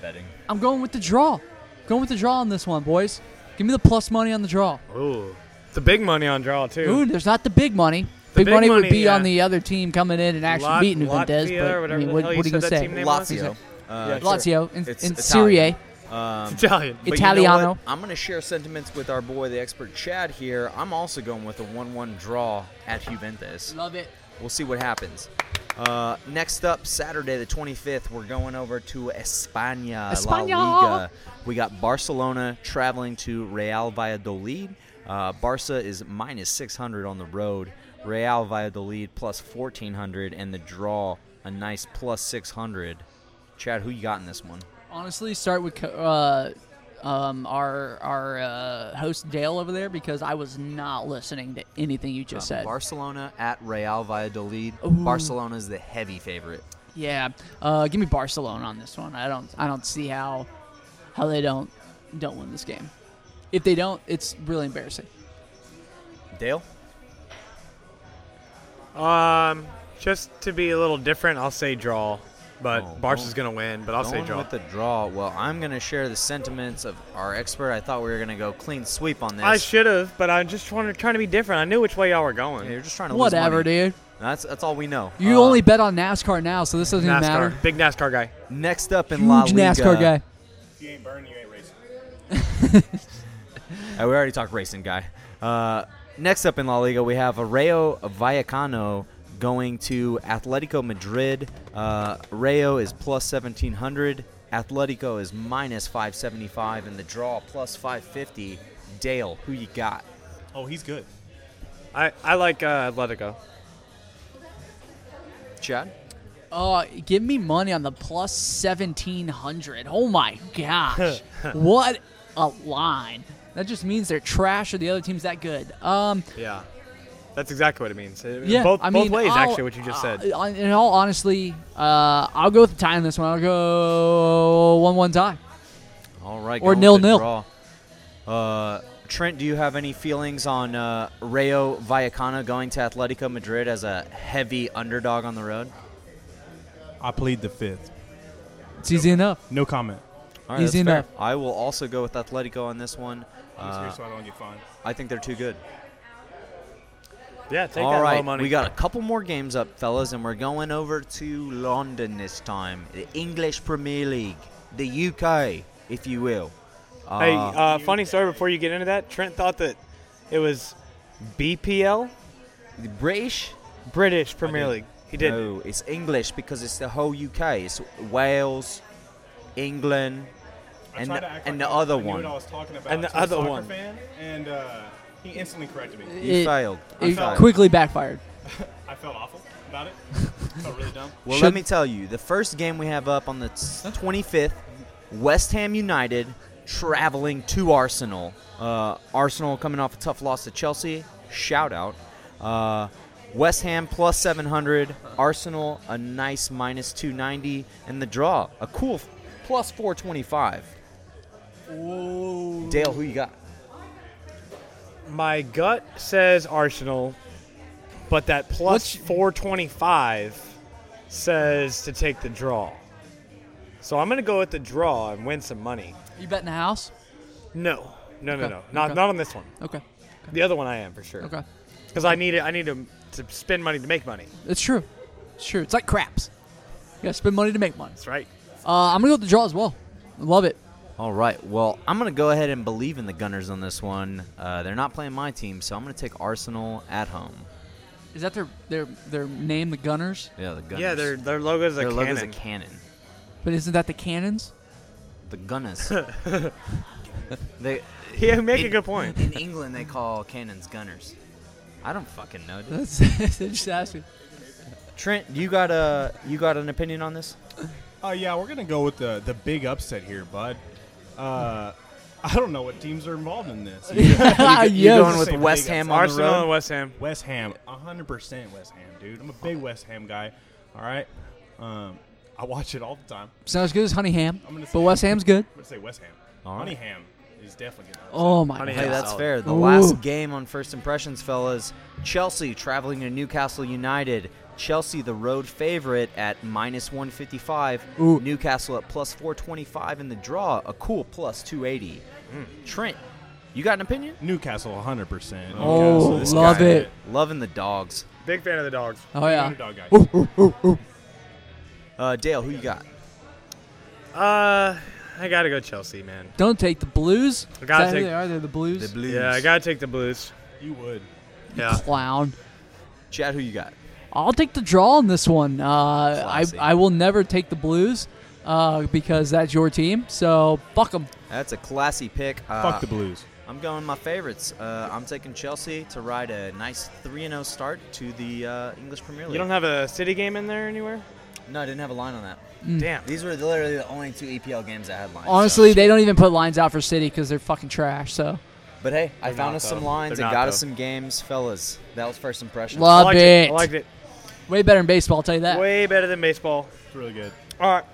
Speaker 6: I'm going with the draw. Going with the draw on this one, boys. Give me the plus money on the draw.
Speaker 4: Ooh, it's a big money on draw too.
Speaker 6: Ooh, there's not the big money.
Speaker 4: The
Speaker 6: big,
Speaker 4: big
Speaker 6: money, would
Speaker 4: money,
Speaker 6: be
Speaker 4: yeah.
Speaker 6: on the other team coming in and actually
Speaker 4: Lot-
Speaker 6: beating Juventus.
Speaker 4: Latvia, or
Speaker 6: But I
Speaker 4: whatever
Speaker 6: mean,
Speaker 4: the
Speaker 6: what,
Speaker 4: hell
Speaker 6: what are you
Speaker 4: said
Speaker 6: gonna
Speaker 4: that
Speaker 6: say?
Speaker 4: team name was?
Speaker 5: Lazio. Uh,
Speaker 4: Yeah, sure.
Speaker 6: Lazio in,
Speaker 5: It's
Speaker 6: in Serie
Speaker 5: Italian.
Speaker 6: A.
Speaker 5: Um,
Speaker 4: It's Italian.
Speaker 5: but You know
Speaker 6: Italiano.
Speaker 5: what? I'm going to share sentiments with our boy, the expert Chad here. I'm also going with a 1 1 draw at Juventus.
Speaker 6: Love it.
Speaker 5: We'll see what happens. Uh, next up, Saturday the 25th, we're going over to España, La
Speaker 6: España.
Speaker 5: Liga. We got Barcelona traveling to Real Valladolid. Uh, Barca is minus 600 on the road. Real Valladolid plus 1400, and the draw a nice plus 600. Chad, who you got in this one?
Speaker 6: Honestly, start with co- uh, um, our our uh, host Dale over there because I was not listening to anything you just
Speaker 5: Uh,
Speaker 6: said.
Speaker 5: Barcelona at Real Valladolid.
Speaker 6: Ooh.
Speaker 5: Barcelona's the heavy favorite.
Speaker 6: Yeah, uh, give me Barcelona on this one. I don't I don't see how how they don't don't win this game. If they don't, it's really embarrassing.
Speaker 5: Dale?
Speaker 4: Um, just to be a little different, I'll say draw. But
Speaker 5: Oh,
Speaker 4: Barca's
Speaker 5: don't-
Speaker 4: gonna win. But I'll say
Speaker 5: Going
Speaker 4: draw.
Speaker 5: with the draw. Well, I'm going to share the sentiments of our expert. I thought we were going to go clean sweep on this.
Speaker 4: I should have, but I'm just trying to trying to be different. I knew which way y'all were
Speaker 5: Yeah,
Speaker 4: going.
Speaker 5: You're just trying to lose
Speaker 6: Whatever,
Speaker 5: money.
Speaker 6: dude.
Speaker 5: That's that's all we know.
Speaker 6: You
Speaker 5: Uh,
Speaker 6: only bet on NASCAR now, so this doesn't even matter.
Speaker 4: NASCAR, big NASCAR guy.
Speaker 5: next up in
Speaker 6: Huge
Speaker 5: La Liga.
Speaker 6: NASCAR guy.
Speaker 5: Uh, we already talked racing guy. Uh, next up in La Liga, we have Rayo Vallecano going to Atletico Madrid. Uh, Rayo is plus 1700. Atletico is minus 575, and the draw plus 550. Dale, who you got?
Speaker 7: Oh, he's good.
Speaker 4: I I like uh, Atletico.
Speaker 5: Chad?
Speaker 6: Uh, give me money on the plus seventeen hundred. Oh my gosh, what a line! That just means they're trash, or the other team's that good. Um,
Speaker 4: Yeah, that's exactly what it means. It-
Speaker 6: yeah,
Speaker 4: both
Speaker 6: I mean,
Speaker 4: both ways
Speaker 6: I'll-
Speaker 4: actually. What you just
Speaker 6: uh,
Speaker 4: said.
Speaker 6: on- in all honestly, uh, I'll go with the tie on this one. I'll go one-one tie.
Speaker 5: All right.
Speaker 6: Or
Speaker 5: going with the
Speaker 6: nil-nil.
Speaker 5: draw. Uh, Trent, do you have any feelings on uh, Rayo Vallecano going to Atletico Madrid as a heavy underdog on the road?
Speaker 7: I plead the fifth.
Speaker 6: It's easy enough.
Speaker 7: No comment.
Speaker 5: All right,
Speaker 6: Easy
Speaker 5: that's fair.
Speaker 6: enough.
Speaker 5: I will also go with Atletico on this one. Uh,
Speaker 7: so I don't get fined.
Speaker 5: I think they're too good.
Speaker 4: yeah, take
Speaker 5: All
Speaker 4: that
Speaker 5: right,
Speaker 4: low money.
Speaker 5: we got a couple more games up, fellas, and we're going over to London this time, the English Premier League, the UK, if you will.
Speaker 4: hey,
Speaker 5: Uh,
Speaker 4: uh, funny story before you get into that. Trent thought that it was BPL,
Speaker 5: British,
Speaker 4: British Premier League. He did.
Speaker 5: No, it's English because it's the whole UK. It's Wales, England, and
Speaker 8: tried
Speaker 5: the,
Speaker 8: to act
Speaker 5: and
Speaker 8: like
Speaker 5: the
Speaker 8: I-
Speaker 5: other
Speaker 8: I knew
Speaker 5: one.
Speaker 8: what I was talking about
Speaker 4: And the
Speaker 8: to a
Speaker 4: other
Speaker 8: soccer
Speaker 4: one.
Speaker 8: fan, and uh, he instantly corrected me.
Speaker 5: You It- failed. I
Speaker 6: it
Speaker 5: failed.
Speaker 6: quickly backfired.
Speaker 8: I felt awful about it. I felt really dumb.
Speaker 5: Well, let me tell you, the first game we have up on the t- 25th, West Ham United traveling to Arsenal. Uh, Arsenal coming off a tough loss to Chelsea. Shout out. Uh, West Ham plus 700. Arsenal a nice minus 290. And the draw, a cool f- plus 425. Dale, who you got?
Speaker 4: My gut says Arsenal, but that plus 425 says to take the draw. So I'm going to go with the draw and win some money.
Speaker 6: You betting the house?
Speaker 4: No, no, no,
Speaker 6: Okay,
Speaker 4: no, not
Speaker 6: okay.
Speaker 4: not on this one.
Speaker 6: Okay.
Speaker 4: The other one I am for sure.
Speaker 6: Okay.
Speaker 4: Because I need it. I need to to spend money to make money.
Speaker 6: It's true. It's true. It's like craps. You gotta spend money to make money. That's
Speaker 4: right.
Speaker 6: Uh, I'm gonna go with the draw as well. Love it.
Speaker 5: All right. Well, I'm going to go ahead and believe in the Gunners on this one. Uh, they're not playing my team, so I'm going to take Arsenal at home.
Speaker 6: Is that their their their name, the Gunners?
Speaker 5: Yeah, the Gunners.
Speaker 4: Yeah, their their logo is a
Speaker 5: Their
Speaker 4: cannon.
Speaker 5: logo's a cannon.
Speaker 6: But isn't that the Cannons?
Speaker 5: The Gunners. they,
Speaker 4: Yeah, make a
Speaker 5: in-
Speaker 4: good point.
Speaker 5: In England, they call cannons Gunners. I don't fucking know. Dude.
Speaker 6: That's just asking.
Speaker 5: Trent, you got a you got an opinion on this?
Speaker 8: Oh yeah, we're gonna go with the the big upset here, bud. Uh, I don't know what teams are involved in this.
Speaker 4: You're Yes. going
Speaker 8: Just
Speaker 4: with
Speaker 8: say big
Speaker 4: West
Speaker 8: upset.
Speaker 4: Ham on the Arsenal road? and West Ham.
Speaker 8: West Ham, 100 percent West Ham, dude. I'm a big West Ham guy. All right, um, I watch it all the time.
Speaker 6: Sounds good as Honey Ham,
Speaker 8: I'm gonna
Speaker 6: but
Speaker 8: say-
Speaker 6: West Ham's good.
Speaker 8: I'm gonna say West Ham.
Speaker 5: All right.
Speaker 8: Honey Ham is definitely good.
Speaker 6: Oh my
Speaker 5: Hey,
Speaker 6: god.
Speaker 5: that's fair. The
Speaker 6: Ooh.
Speaker 5: last game on First Impressions, fellas. Chelsea traveling to Newcastle United. Chelsea, the road favorite, at minus 155. Newcastle at plus 425 in the draw, a cool plus 280.
Speaker 4: Hmm.
Speaker 5: Trent, you got an opinion?
Speaker 8: Newcastle, 100. percent
Speaker 6: Oh, love it.
Speaker 5: Loving the dogs.
Speaker 4: Big fan of the dogs.
Speaker 6: Oh yeah.
Speaker 8: Underdog guy.
Speaker 6: Ooh, ooh, ooh, ooh.
Speaker 5: Uh, Dale, who you got?
Speaker 4: Uh, I gotta go Chelsea, man.
Speaker 6: Don't take the Blues.
Speaker 4: I gotta
Speaker 6: Is that who
Speaker 4: take-
Speaker 6: they are? They're the Blues.
Speaker 4: Yeah, I gotta take the Blues.
Speaker 8: You would.
Speaker 4: Yeah.
Speaker 6: Clown.
Speaker 5: Chad, who you got?
Speaker 6: I'll take the draw on this one. Uh, I
Speaker 5: Classy.
Speaker 6: I will never take the Blues uh, because that's your team. So fuck them.
Speaker 5: That's a classy pick. Uh,
Speaker 8: Fuck the Blues.
Speaker 5: I'm going my favorites. Uh, I'm taking Chelsea to ride a nice 3 0 start to the uh, English Premier League.
Speaker 4: You don't have a city game in there anywhere?
Speaker 5: no, I didn't have a line on that.
Speaker 4: Damn.
Speaker 5: These were literally the only two EPL games I had lines.
Speaker 6: Honestly, they don't even put lines out for City because they're fucking trash. So
Speaker 5: But hey, I
Speaker 4: They're
Speaker 5: found
Speaker 4: not,
Speaker 5: us some
Speaker 4: though.
Speaker 5: lines.
Speaker 4: They're
Speaker 5: It
Speaker 4: not,
Speaker 5: got
Speaker 4: though.
Speaker 5: us some games, fellas. That was first impression.
Speaker 4: I
Speaker 6: love
Speaker 4: liked
Speaker 6: it.
Speaker 4: it. I liked it.
Speaker 6: Way better in baseball. I'll tell you that.
Speaker 4: Way better than baseball.
Speaker 8: It's really good.
Speaker 4: All right.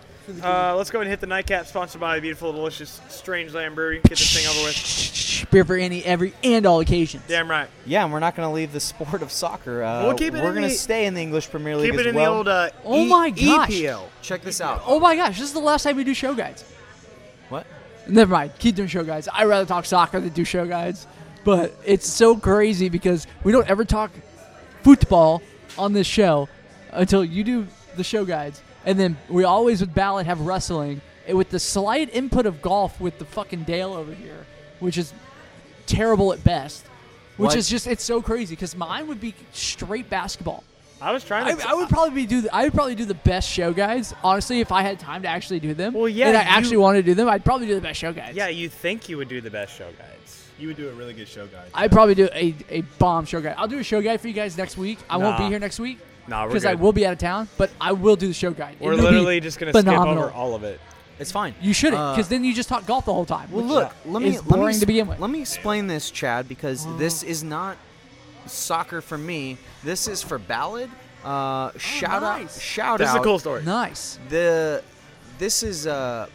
Speaker 4: Uh, let's go and hit the nightcap sponsored by beautiful, delicious Strange Land Brewery. Get this thing over with.
Speaker 6: Beer for any, every, and all occasions.
Speaker 4: Damn right.
Speaker 5: Yeah, and we're not going to leave the sport of soccer. Uh,
Speaker 4: We'll keep it
Speaker 5: we're
Speaker 4: in
Speaker 5: going to
Speaker 4: the-
Speaker 5: stay in the English Premier League
Speaker 4: Keep it
Speaker 5: as
Speaker 4: in
Speaker 5: well.
Speaker 4: the old uh,
Speaker 6: Oh
Speaker 4: E-
Speaker 6: my gosh.
Speaker 4: EPL.
Speaker 5: Check this out.
Speaker 6: Oh my gosh, this is the last time we do show guides.
Speaker 5: What?
Speaker 6: Never mind. Keep doing show guides. I'd rather talk soccer than do show guides. But it's so crazy because we don't ever talk football on this show until you do the show guides. And then we always with Ballot have wrestling and with the slight input of golf with the fucking Dale over here, which is terrible at best. Which
Speaker 5: What?
Speaker 6: is just, it's so crazy because mine would be straight basketball.
Speaker 4: I was trying
Speaker 6: I,
Speaker 4: to.
Speaker 6: I would probably be do. The, I would probably do the best show guides. Honestly, if I had time to actually do them,
Speaker 4: Well, yeah,
Speaker 6: and I
Speaker 4: you-
Speaker 6: actually wanted to do them, I'd probably do the best show guides.
Speaker 4: yeah, you think you would do the best show guides.
Speaker 8: You would do a really good show, guys.
Speaker 6: I'd probably do a, a bomb show guide. I'll do a show guide for you guys next week. I won't be
Speaker 4: Nah.
Speaker 6: here next week
Speaker 4: Nah, we're
Speaker 6: because I
Speaker 4: good.
Speaker 6: will be out of town, but I will do the show guide.
Speaker 4: We're
Speaker 6: It'll be
Speaker 4: literally just going to skip
Speaker 6: phenomenal.
Speaker 4: over all of it.
Speaker 5: It's fine.
Speaker 6: You shouldn't,
Speaker 5: Uh,
Speaker 6: because then you just talk golf the whole time.
Speaker 5: Well,
Speaker 6: which
Speaker 5: look. Let me
Speaker 6: is
Speaker 5: let me
Speaker 6: boring
Speaker 5: ex-
Speaker 6: to begin with.
Speaker 5: Let me explain this, Chad, because
Speaker 4: Oh.
Speaker 5: this is not soccer for me. This is for ballad. Uh,
Speaker 4: Oh,
Speaker 5: shout
Speaker 6: nice.
Speaker 5: out! Shout
Speaker 4: This is
Speaker 5: out!
Speaker 4: a cool story.
Speaker 6: Nice.
Speaker 5: The this is uh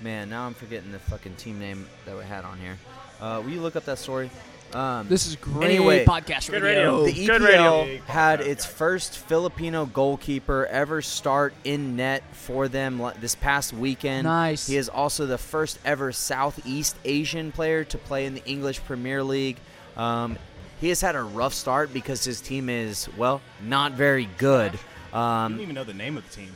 Speaker 5: man. Now I'm forgetting the fucking team name that we had on here. Uh, will you look up that story? Um,
Speaker 6: This is great
Speaker 5: Anyway,
Speaker 6: podcast
Speaker 4: Good
Speaker 6: radio.
Speaker 4: radio.
Speaker 5: the e
Speaker 4: Good radio.
Speaker 5: EPL had its first Filipino goalkeeper ever start in net for them li- this past weekend.
Speaker 6: Nice.
Speaker 5: He is also the first ever Southeast Asian player to play in the English Premier League. Um, he has had a rough start because his team is well not very good.
Speaker 8: I don't
Speaker 5: Um,
Speaker 8: even know the name of the team.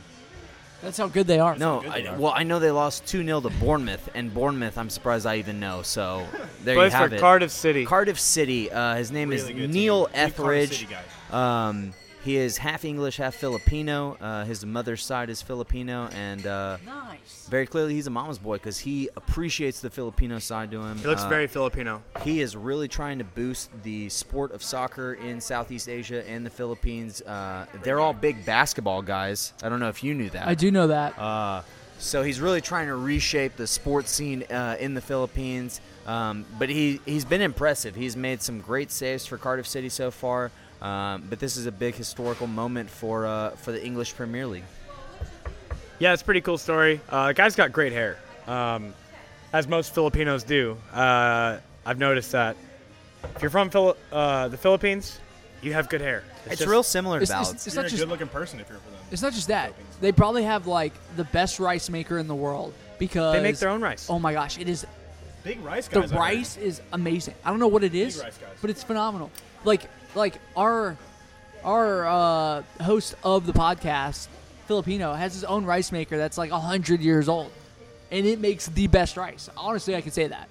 Speaker 6: That's how good they are.
Speaker 5: No, I, well, I know they lost 2 0 to Bournemouth, and Bournemouth, I'm surprised I even know. So there
Speaker 4: Plays
Speaker 5: you have
Speaker 4: for
Speaker 5: it.
Speaker 4: Cardiff City.
Speaker 5: Cardiff City. Uh, his name
Speaker 4: Really
Speaker 5: is
Speaker 4: good team.
Speaker 5: Neil
Speaker 4: Big Cardiff
Speaker 5: Etheridge.
Speaker 4: City
Speaker 5: Um, he is half English, half Filipino. Uh, his mother's side is Filipino, and uh,
Speaker 9: Nice.
Speaker 5: very clearly he's a mama's boy because he appreciates the Filipino side to him.
Speaker 4: He looks
Speaker 5: Uh,
Speaker 4: very Filipino.
Speaker 5: He is really trying to boost the sport of soccer in Southeast Asia and the Philippines. Uh, they're all big basketball guys. I don't know if you knew that.
Speaker 6: I do know that.
Speaker 5: Uh, so he's really trying to reshape the sports scene uh, in the Philippines. Um, but he, he's been impressive. He's made some great saves for Cardiff City so far. Um, but this is a big historical moment for uh, for the English Premier League.
Speaker 4: Yeah, it's a pretty cool story. Uh, the guy's got great hair, um, as most Filipinos do. Uh, I've noticed that. If you're from Phil- uh, the Philippines, you have good hair.
Speaker 5: It's real similar
Speaker 6: to It's- it's- Ballot's. it's not
Speaker 7: You're a
Speaker 6: just-
Speaker 7: good-looking person if you're for them.
Speaker 6: It's not just that. They probably have like the best rice maker in the world because
Speaker 7: They make their own
Speaker 4: rice.
Speaker 6: Oh my gosh, it is
Speaker 7: Big rice
Speaker 6: the
Speaker 7: guys. I heard.
Speaker 6: rice is amazing. I don't know what it is,
Speaker 7: rice guys.
Speaker 6: but it's phenomenal. Like like our our uh, host of the podcast, Filipino, has his own rice maker that's like hundred years old, and it makes the best rice. Honestly, I can say that.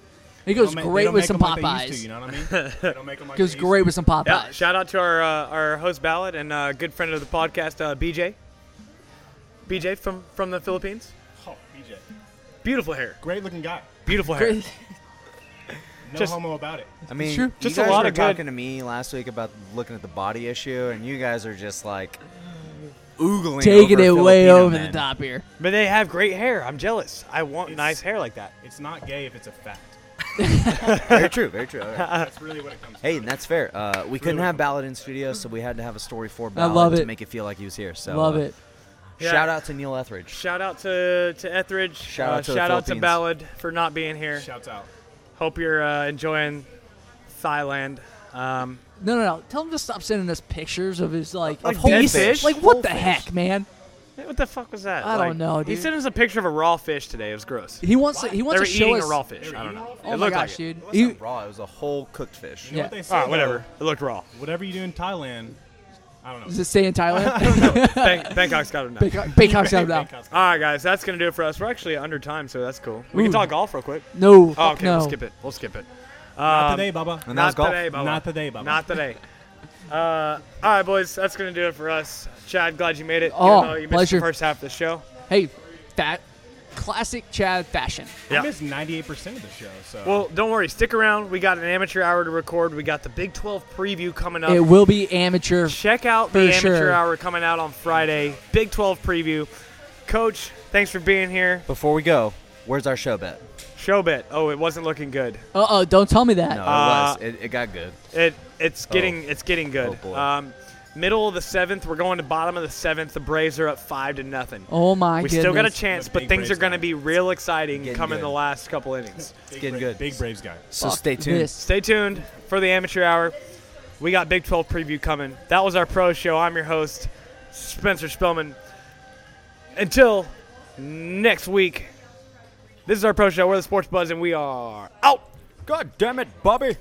Speaker 7: They
Speaker 6: It goes
Speaker 7: don't ma- they
Speaker 6: great
Speaker 7: don't
Speaker 6: with
Speaker 7: make
Speaker 6: some
Speaker 7: 'em like they
Speaker 6: Popeyes.
Speaker 7: used to, you know what I mean? They don't make 'em like
Speaker 6: Goes
Speaker 7: they used
Speaker 6: great
Speaker 7: to.
Speaker 6: with some Popeyes.
Speaker 4: Yeah, shout out to our uh, our host Ballot and uh, good friend of the podcast uh, BJ. BJ from from the Philippines.
Speaker 7: Oh, BJ.
Speaker 4: Beautiful hair.
Speaker 7: Great looking guy.
Speaker 4: Beautiful hair.
Speaker 7: Great. No
Speaker 4: Just-
Speaker 7: homo about it.
Speaker 5: I mean, you
Speaker 4: Just a
Speaker 5: guys
Speaker 4: lot
Speaker 5: were
Speaker 4: of good-
Speaker 5: talking to me last week about looking at the body issue, and you guys are just like oogling,
Speaker 6: Taking it
Speaker 5: over
Speaker 6: way
Speaker 5: Filipino
Speaker 6: over
Speaker 5: men.
Speaker 6: the top here.
Speaker 4: But they have great hair. I'm jealous. I want
Speaker 7: It's-
Speaker 4: nice hair like that.
Speaker 7: It's not gay if it's a fact.
Speaker 5: very true, very true. All right.
Speaker 7: That's really what it comes.
Speaker 5: Hey, and that's fair. Uh, we couldn't have Ballad in studio, so we had to have a story for
Speaker 6: I
Speaker 5: Ballad
Speaker 6: love
Speaker 5: to
Speaker 6: it.
Speaker 5: make it feel like he was here. So
Speaker 6: Love
Speaker 5: uh,
Speaker 6: it.
Speaker 4: Yeah.
Speaker 5: Shout out to Neil Etheridge.
Speaker 4: Shout out to, to Etheridge.
Speaker 5: Shout
Speaker 4: Uh,
Speaker 5: out to the
Speaker 4: shout out to
Speaker 5: Philippines.
Speaker 4: Ballad for not being here.
Speaker 7: Shouts out.
Speaker 4: Hope you're uh, enjoying Thailand. Um,
Speaker 6: No, no, no. Tell him to stop sending us pictures of his like
Speaker 4: Like
Speaker 6: of
Speaker 4: dead
Speaker 6: he's-
Speaker 4: fish?
Speaker 6: Like what
Speaker 4: Whole
Speaker 6: the
Speaker 4: fish.
Speaker 6: heck, man?
Speaker 4: what the fuck was that?
Speaker 6: I don't know,
Speaker 4: He
Speaker 6: dude.
Speaker 4: sent us a picture of a raw fish today. It was gross.
Speaker 6: He wants to-
Speaker 4: Why?
Speaker 6: he wants
Speaker 4: they
Speaker 6: to
Speaker 4: were
Speaker 6: show
Speaker 4: eating
Speaker 6: us-
Speaker 4: a raw fish.
Speaker 6: They were
Speaker 4: I don't
Speaker 6: eating
Speaker 4: know.
Speaker 6: raw
Speaker 4: it
Speaker 6: fish?
Speaker 4: looked
Speaker 6: Oh my
Speaker 4: like
Speaker 6: gosh,
Speaker 4: it.
Speaker 6: dude.
Speaker 5: It wasn't raw. It was a whole cooked fish.
Speaker 7: You know what they say,
Speaker 4: All right, whatever.
Speaker 7: though?
Speaker 4: It looked raw.
Speaker 7: Whatever you do in Thailand, I don't know.
Speaker 6: Does it stay in Thailand?
Speaker 4: Bang- Bangkok's got it now.
Speaker 6: Bangkok- Bangkok's got it now.
Speaker 4: All right, guys, that's gonna do it for us. We're actually under time, so that's cool. We can
Speaker 6: Ooh.
Speaker 4: talk golf real quick.
Speaker 6: No,
Speaker 4: Oh,
Speaker 6: fuck
Speaker 4: okay,
Speaker 6: no.
Speaker 4: we'll skip it. We'll skip it.
Speaker 7: Not
Speaker 4: Um,
Speaker 7: today, Bubba.
Speaker 5: And that
Speaker 4: Not
Speaker 5: was golf.
Speaker 4: today, Bubba.
Speaker 7: Not today, Bubba.
Speaker 4: Not today. Uh, all right, boys, that's gonna do it for us. Chad, glad you made it.
Speaker 6: Oh,
Speaker 4: even though you missed
Speaker 6: pleasure.
Speaker 4: The first half of the show.
Speaker 6: Hey, that classic Chad fashion.
Speaker 7: I
Speaker 4: Yeah.
Speaker 7: missed 98% of the show, so.
Speaker 4: Well, don't worry. Stick around. We got an amateur hour to record. We got the Big 12 preview coming
Speaker 5: Oh.
Speaker 4: up.
Speaker 6: It will be amateur.
Speaker 4: Check out
Speaker 6: For
Speaker 4: the amateur
Speaker 6: sure.
Speaker 4: hour coming out on Friday. Big 12 preview. Coach, thanks for being here.
Speaker 5: Before we go, where's our show bet?
Speaker 4: Show bet. Oh, it wasn't looking good.
Speaker 6: Uh oh, don't tell me that.
Speaker 5: No, it
Speaker 4: Uh,
Speaker 5: was. It, it got good.
Speaker 4: It it's getting it's getting good.
Speaker 5: Oh. boy.
Speaker 4: um, middle of the seventh, we're going to bottom of the seventh. The Braves are up five to nothing.
Speaker 6: Oh my
Speaker 4: we still got a
Speaker 6: goodness.
Speaker 4: chance,
Speaker 7: The
Speaker 4: but
Speaker 7: big
Speaker 4: things are
Speaker 7: Braves
Speaker 4: going to
Speaker 7: guy.
Speaker 4: be real exciting
Speaker 5: Getting
Speaker 4: coming the
Speaker 5: good.
Speaker 4: last couple innings.
Speaker 7: Big
Speaker 5: getting
Speaker 7: Bra-
Speaker 5: good.
Speaker 7: Big Braves guy.
Speaker 5: So
Speaker 6: Fuck
Speaker 5: stay tuned.
Speaker 6: this.
Speaker 4: Stay tuned for the amateur hour. We got Big 12 preview coming. That was our pro show. I'm your host, Spencer Spellman. Until next week, this is our pro show. We're the Sports Buzz, and we are out.
Speaker 5: God damn it, Bobby.